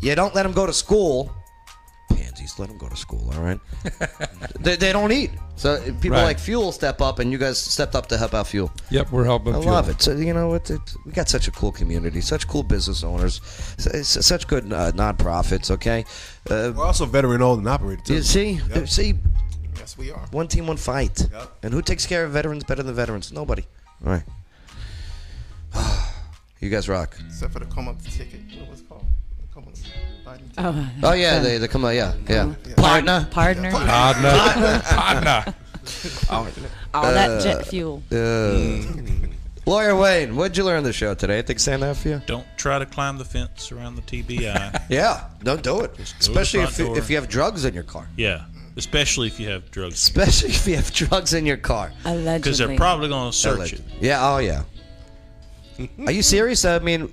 you don't let them go to school. Pansy lefties. Let them go to school, all right? they, they don't eat. So if people
Right.
like Fuel step up, and you guys stepped up to help out Fuel.
Yep, we're helping
I
Fuel.
love it. So, you know, it, it, we got such a cool community, such cool business owners, s- s- such good uh, nonprofits, okay? Uh,
We're also veteran owned and operated, too.
You see?
Yep.
See?
Yes, we are.
One team, one fight.
Yep.
And who takes care of veterans better than veterans? Nobody. All right. You guys rock.
Except for the come up ticket. What was it called? The come up Biden ticket.
Oh yeah, they, they come out. Yeah, yeah. Partner,
uh, Partner.
partner,
Partner.
All that jet fuel.
Uh, Lawyer Wayne, what'd you learn on the show today? Anything stand out for you?
Don't try to climb the fence around the TBI.
Yeah, don't do it.
to the
Especially
front
if you,
door.
if you have drugs in your car.
yeah, especially if you have drugs.
Especially if you have drugs in your car.
Allegedly.
Because they're probably going to search
Alleged.
it.
Yeah. Oh yeah. Are you serious? I mean,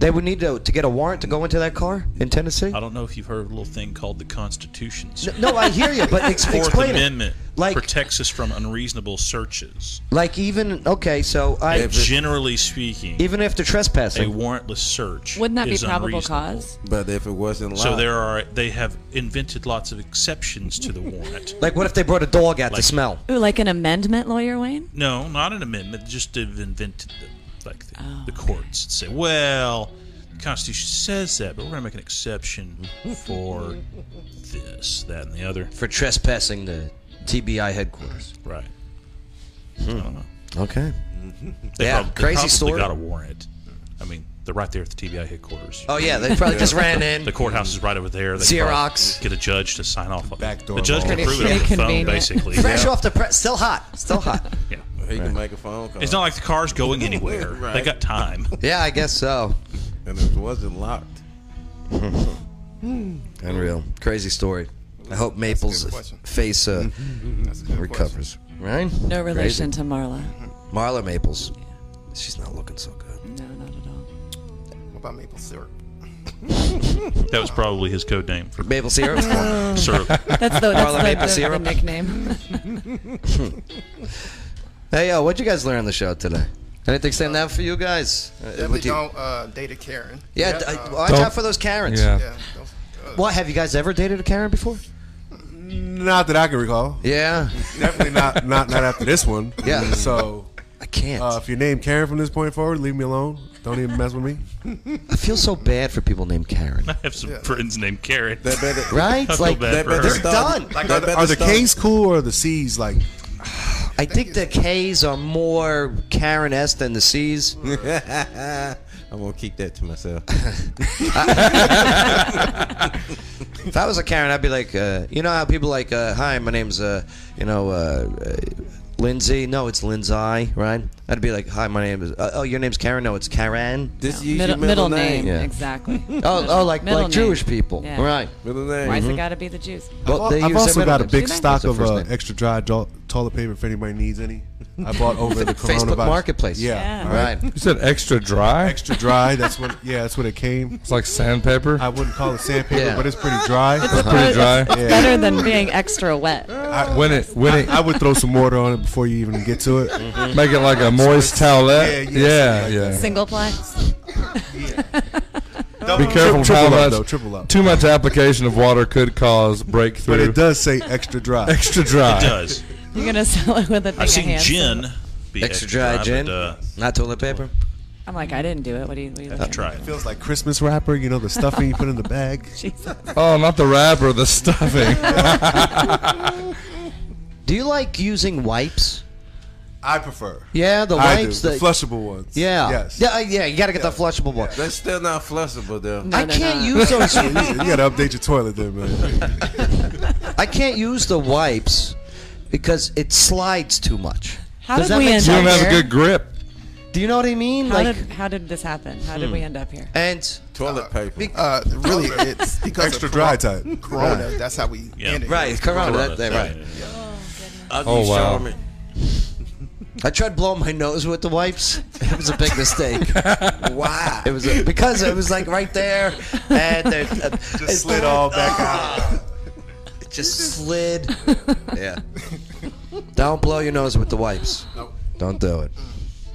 they would need to to get a warrant to go into that car in Tennessee.
I don't know if you've heard of a little thing called the Constitution. sir.
No, no, I hear you, but ex-
Fourth
explain it.
Amendment protects us from unreasonable searches.
Like even okay, so I
And generally speaking,
even after
a
trespassing.
warrantless search
Wouldn't that be
is
probable
unreasonable.
cause?
But if it wasn't
So
live-
there are they have invented lots of exceptions to the warrant.
Like, what if they brought a dog out to smell?
Ooh, like an amendment, lawyer Wayne.
No, not an amendment. Just have invented them, like the, the courts say, well, the Constitution says that, but we're going to make an exception for this, that, and the other.
For trespassing the TBI headquarters.
Right.
Okay.
They
Yeah,
prob- they
crazy
probably
story.
Got a warrant. I mean, they're right there at the TBI headquarters.
Oh, yeah, they probably just ran in.
The courthouse is right over there. They
Xerox.
probably Get a judge to sign off. on Back
door
The judge can
law.
approve it over the phone,
Inconvenient.
basically.
Fresh off the press, still hot, still hot.
Yeah.
He can make a phone call.
It's not like the car's going anywhere. They
Right.
got time.
yeah, I guess so.
And it wasn't locked.
Unreal, crazy story. I hope Maple's face uh, recovers. Right?
No
Crazy.
relation to Marla.
Marla Maples. She's not looking so good.
No, not at all.
What about maple syrup?
That was probably his code name. For
Maple syrup?
syrup.
That's the,
Marla Maple
that's the, the, the
syrup.
nickname.
Hey, yo, what'd you guys learn on the show today? Anything stand out for you guys? Uh,
Definitely
what you-
don't uh, date a Karen.
Yeah, d-
uh,
watch out for those Karens.
Yeah. uh,
What have you guys ever dated a Karen before?
Not that I can recall.
Yeah.
Definitely not not not after this one.
Yeah.
So
I can't.
Uh, if your name Karen from this point forward, leave me alone. Don't even mess with me.
I feel so bad for people named Karen.
I have some friends named Karen.
That better,
Right?
I feel
Like,
bad
that
for
better
her.
They're stop. done. Like,
are, the- are the K's cool or the C's like?
I think the K's are more Karen esque than the C's.
I'm gonna keep that to myself.
if I was a Karen, I'd be like, uh, you know how people like, uh, hi, my name's, uh, you know, uh, uh, Lindsay. No, it's Lindsay, right? I'd be like, hi, my name is. Uh, oh, your name's Karen. No, it's Karen.
This is
middle,
your middle,
name,
Yeah.
exactly.
Oh, oh, like
Middle
like
name.
Jewish people,
Yeah.
right?
Middle name.
Why's it got to be the Jews?
Well, they
I've
use
also
their
got a
middle
big
names. That's
stock
their
of
first
uh,
name.
extra dry do- toilet paper if anybody needs any. I bought over the
Facebook
coronavirus.
Marketplace.
Yeah,
Yeah.
all
Right.
You said extra dry?
Extra dry. That's what. Yeah, that's what it came.
It's like sandpaper.
I wouldn't call it sandpaper,
Yeah.
but it's pretty dry.
It's pretty dry.
It's
Yeah.
better than being extra wet.
I, when it, when it, I would throw some water on it before you even get to it.
Make it like a moist towelette.
Yeah, yeah,
Yeah, yeah.
Single ply.
Be careful with
triple
how
up,
much.
though, triple up.
Too much application of water could cause breakthrough.
But it does say extra dry.
Extra dry.
It does.
You're gonna sell it with a thing
I've
of
seen
hand.
gin be
Extra dry gin,
uh,
not toilet paper.
I'm like, I didn't do it. What do you? What do you looking
try
It
at?
feels like Christmas wrapper. You know the stuffing you put in the bag.
Oh, not the wrapper, the stuffing.
Do you like using wipes?
I prefer.
Yeah, the
I do.
wipes,
The
the-
flushable ones.
Yeah.
Yes.
Yeah, uh, yeah. You got to get the flushable one.
That's still not flexible though.
I can't use those.
you, you gotta update your toilet then, man.
I can't use the wipes because it slides too much.
How
Does
did
that
we
make
end
sense?
up You don't have a here? good
grip.
Do you know what I mean?
How
like
did how did this happen? How did
Hmm.
we end up here?
and
toilet paper.
Uh, really, it's because
Extra
of
dry
cor-
type.
Corona.
Right.
That's how we
Yeah.
ended.
Right,
It was
corona,
Corona.
that- that- right.
Ugly
Oh, wow.
Charmin.
I tried blowing my nose with the wipes. It was a big mistake. Why? It was a, because it was like right there, and there, uh, it
slid all back out.
It just slid. Yeah. Don't blow your nose with the wipes. Don't do it.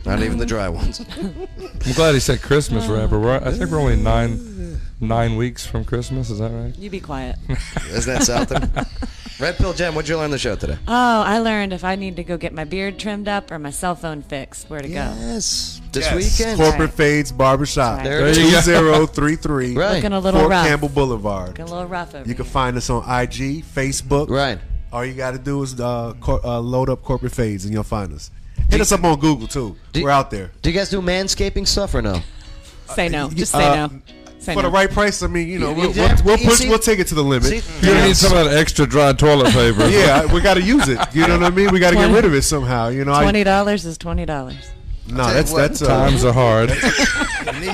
Not even the dry ones.
I'm glad he said Christmas wrapper. We're, I think we're only nine nine weeks from Christmas. Is that right?
You be quiet.
Isn't that something? Red Pill Jen, what'd you learn on the show today?
Oh, I learned if I need to go get my beard trimmed up or my cell phone fixed, where to go.
Yes. This
Yes.
weekend.
Corporate Fades Barbershop.
There it is.
2033.
Right. Looking a little
Fort
rough.
Campbell Boulevard.
Looking a little rough over
You can find us on IG, Facebook.
Right.
All you got to do is uh, cor- uh, load up Corporate Fades and you'll find us. Hit us up on Google too. We're out there.
Do you guys do manscaping stuff or no?
Say no. Just say
Uh,
no. Say
for
no.
the right price, I mean, you know,
You-
we'll,
you-
we'll, we'll
you
push,
see-
we'll take it to the limit.
see-
You need some of that extra dry toilet paper.
yeah, we got to use it. You know what I mean? We got to get rid of it somehow. You know, I,
Twenty dollars is twenty dollars.
no, that's that's uh,
times are hard.
It needs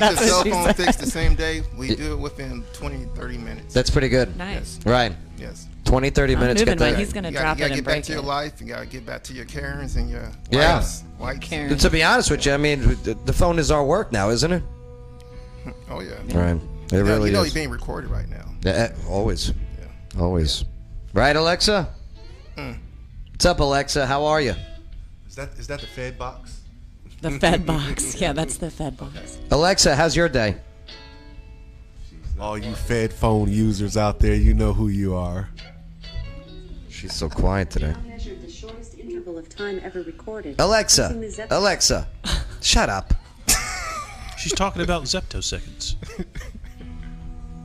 That's
your
what
cell
she
phone
said.
fixed the same day. We do it within 20, 30 minutes.
That's pretty good.
Nice.
Right.
Yes.
20, 30 minutes. get that.
gonna
You gotta-
drop
you
it
gotta
and
get back
break
to your
it.
life. You gotta get back to your Karens and your
Yeah.
wives. Whites.
And to be honest with you, I mean, the- the phone is our work now, isn't it?
Oh yeah.
Right. It
Yeah,
really
You know
is.
you're being recorded right now.
Yeah, eh, always. Always. Right, Alexa?
Mm.
What's up, Alexa? How are you?
Is that is that the Fed box?
The Fed box. Yeah, that's the Fed box.
Alexa, how's your day?
All you Fed phone users out there, you know who you are.
She's so quiet today.
measured the shortest interval of time ever recorded. using the
Alexa,
Zep-
Alexa, shut up.
She's talking about Zepto seconds.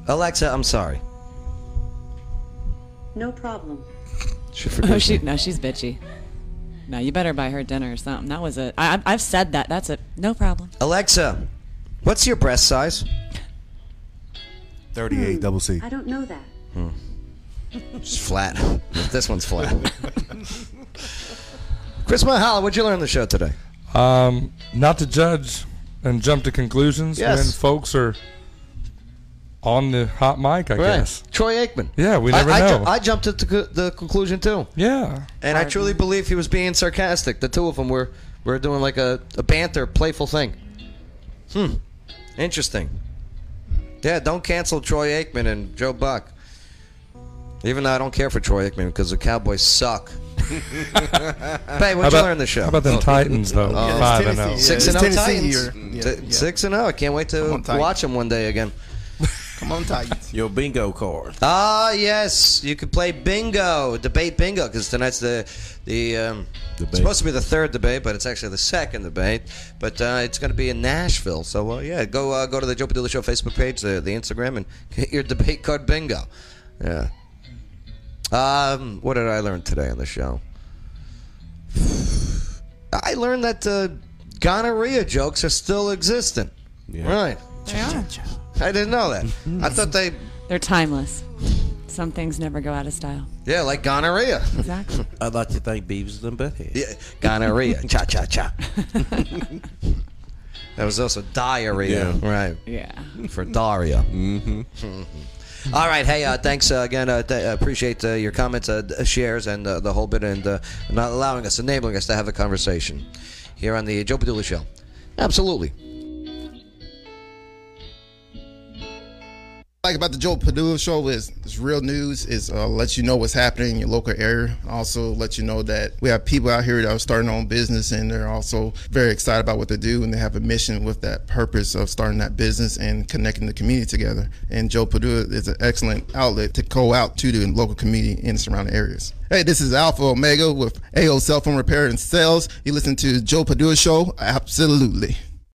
Alexa, I'm sorry.
No problem.
She
Oh,
forgives
she
me.
no, she's bitchy. No, you better buy her dinner or something. That was a. I, I've- I've said that. That's a no problem.
Alexa, what's your breast size?
38 double C.
I don't know that.
It's flat. this one's flat. Chris Mahala, what'd you learn on the show today?
Um, not to judge and jump to conclusions
Yes.
when folks are on the hot mic. I
Right.
guess.
Troy Aikman.
Yeah, we never
I, I,
know.
ju- I jumped to the co- the conclusion too.
Yeah.
And I truly believe he was being sarcastic. The two of them were were doing like a, a banter, playful thing. Hmm. Interesting. Yeah, don't cancel Troy Aikman and Joe Buck. Even though I don't care for Troy Aikman because the Cowboys suck. Hey,
How
what'd
about-
you learn on the show?
How about them Titans though?
Oh.
Five and zero.
Six and zero
Tennessee
Titans.
year. Yeah,
T-
yeah.
Six and zero. I can't wait to
Titans.
watch them one day again.
Come on, Titans.
Your bingo card.
Ah, yes, you could play bingo, debate bingo, because tonight's the the um, it's supposed to be the third debate, but it's actually the second debate. But uh, it's going to be in Nashville, so uh, yeah, go uh, go to the Joe Padula Show Facebook page, the, the Instagram, and get your debate card bingo. Yeah. Um, what did I learn today on the show? I learned that uh, gonorrhea jokes are still existent. Right.
They are.
I didn't know that. I thought they
They're timeless. Some things never go out of style.
yeah, like gonorrhea.
Exactly.
I'd like to thank Beavis and Butthead.
Yeah, gonorrhea. cha cha cha. That was also diarrhea,
Yeah.
right?
Yeah.
For Daria. Mm-hmm. All right. Hey, uh, thanks uh, again. Uh, th- appreciate uh, your comments, uh, d- shares, and uh, the whole bit, and uh, not allowing us, enabling us to have a conversation here on the Joe Padula Show. Absolutely.
like about the Joe Padula show is it's real news. It's uh, let you know what's happening in your local area. Also, let you know that we have people out here that are starting their own business and they're also very excited about what they do and they have a mission with that purpose of starting that business and connecting the community together. And Joe Padula is an excellent outlet to go out to the local community in the surrounding areas. Hey, this is Alpha Omega with AO Cell Phone Repair and Sales. You listen to Joe Padula Show? Absolutely.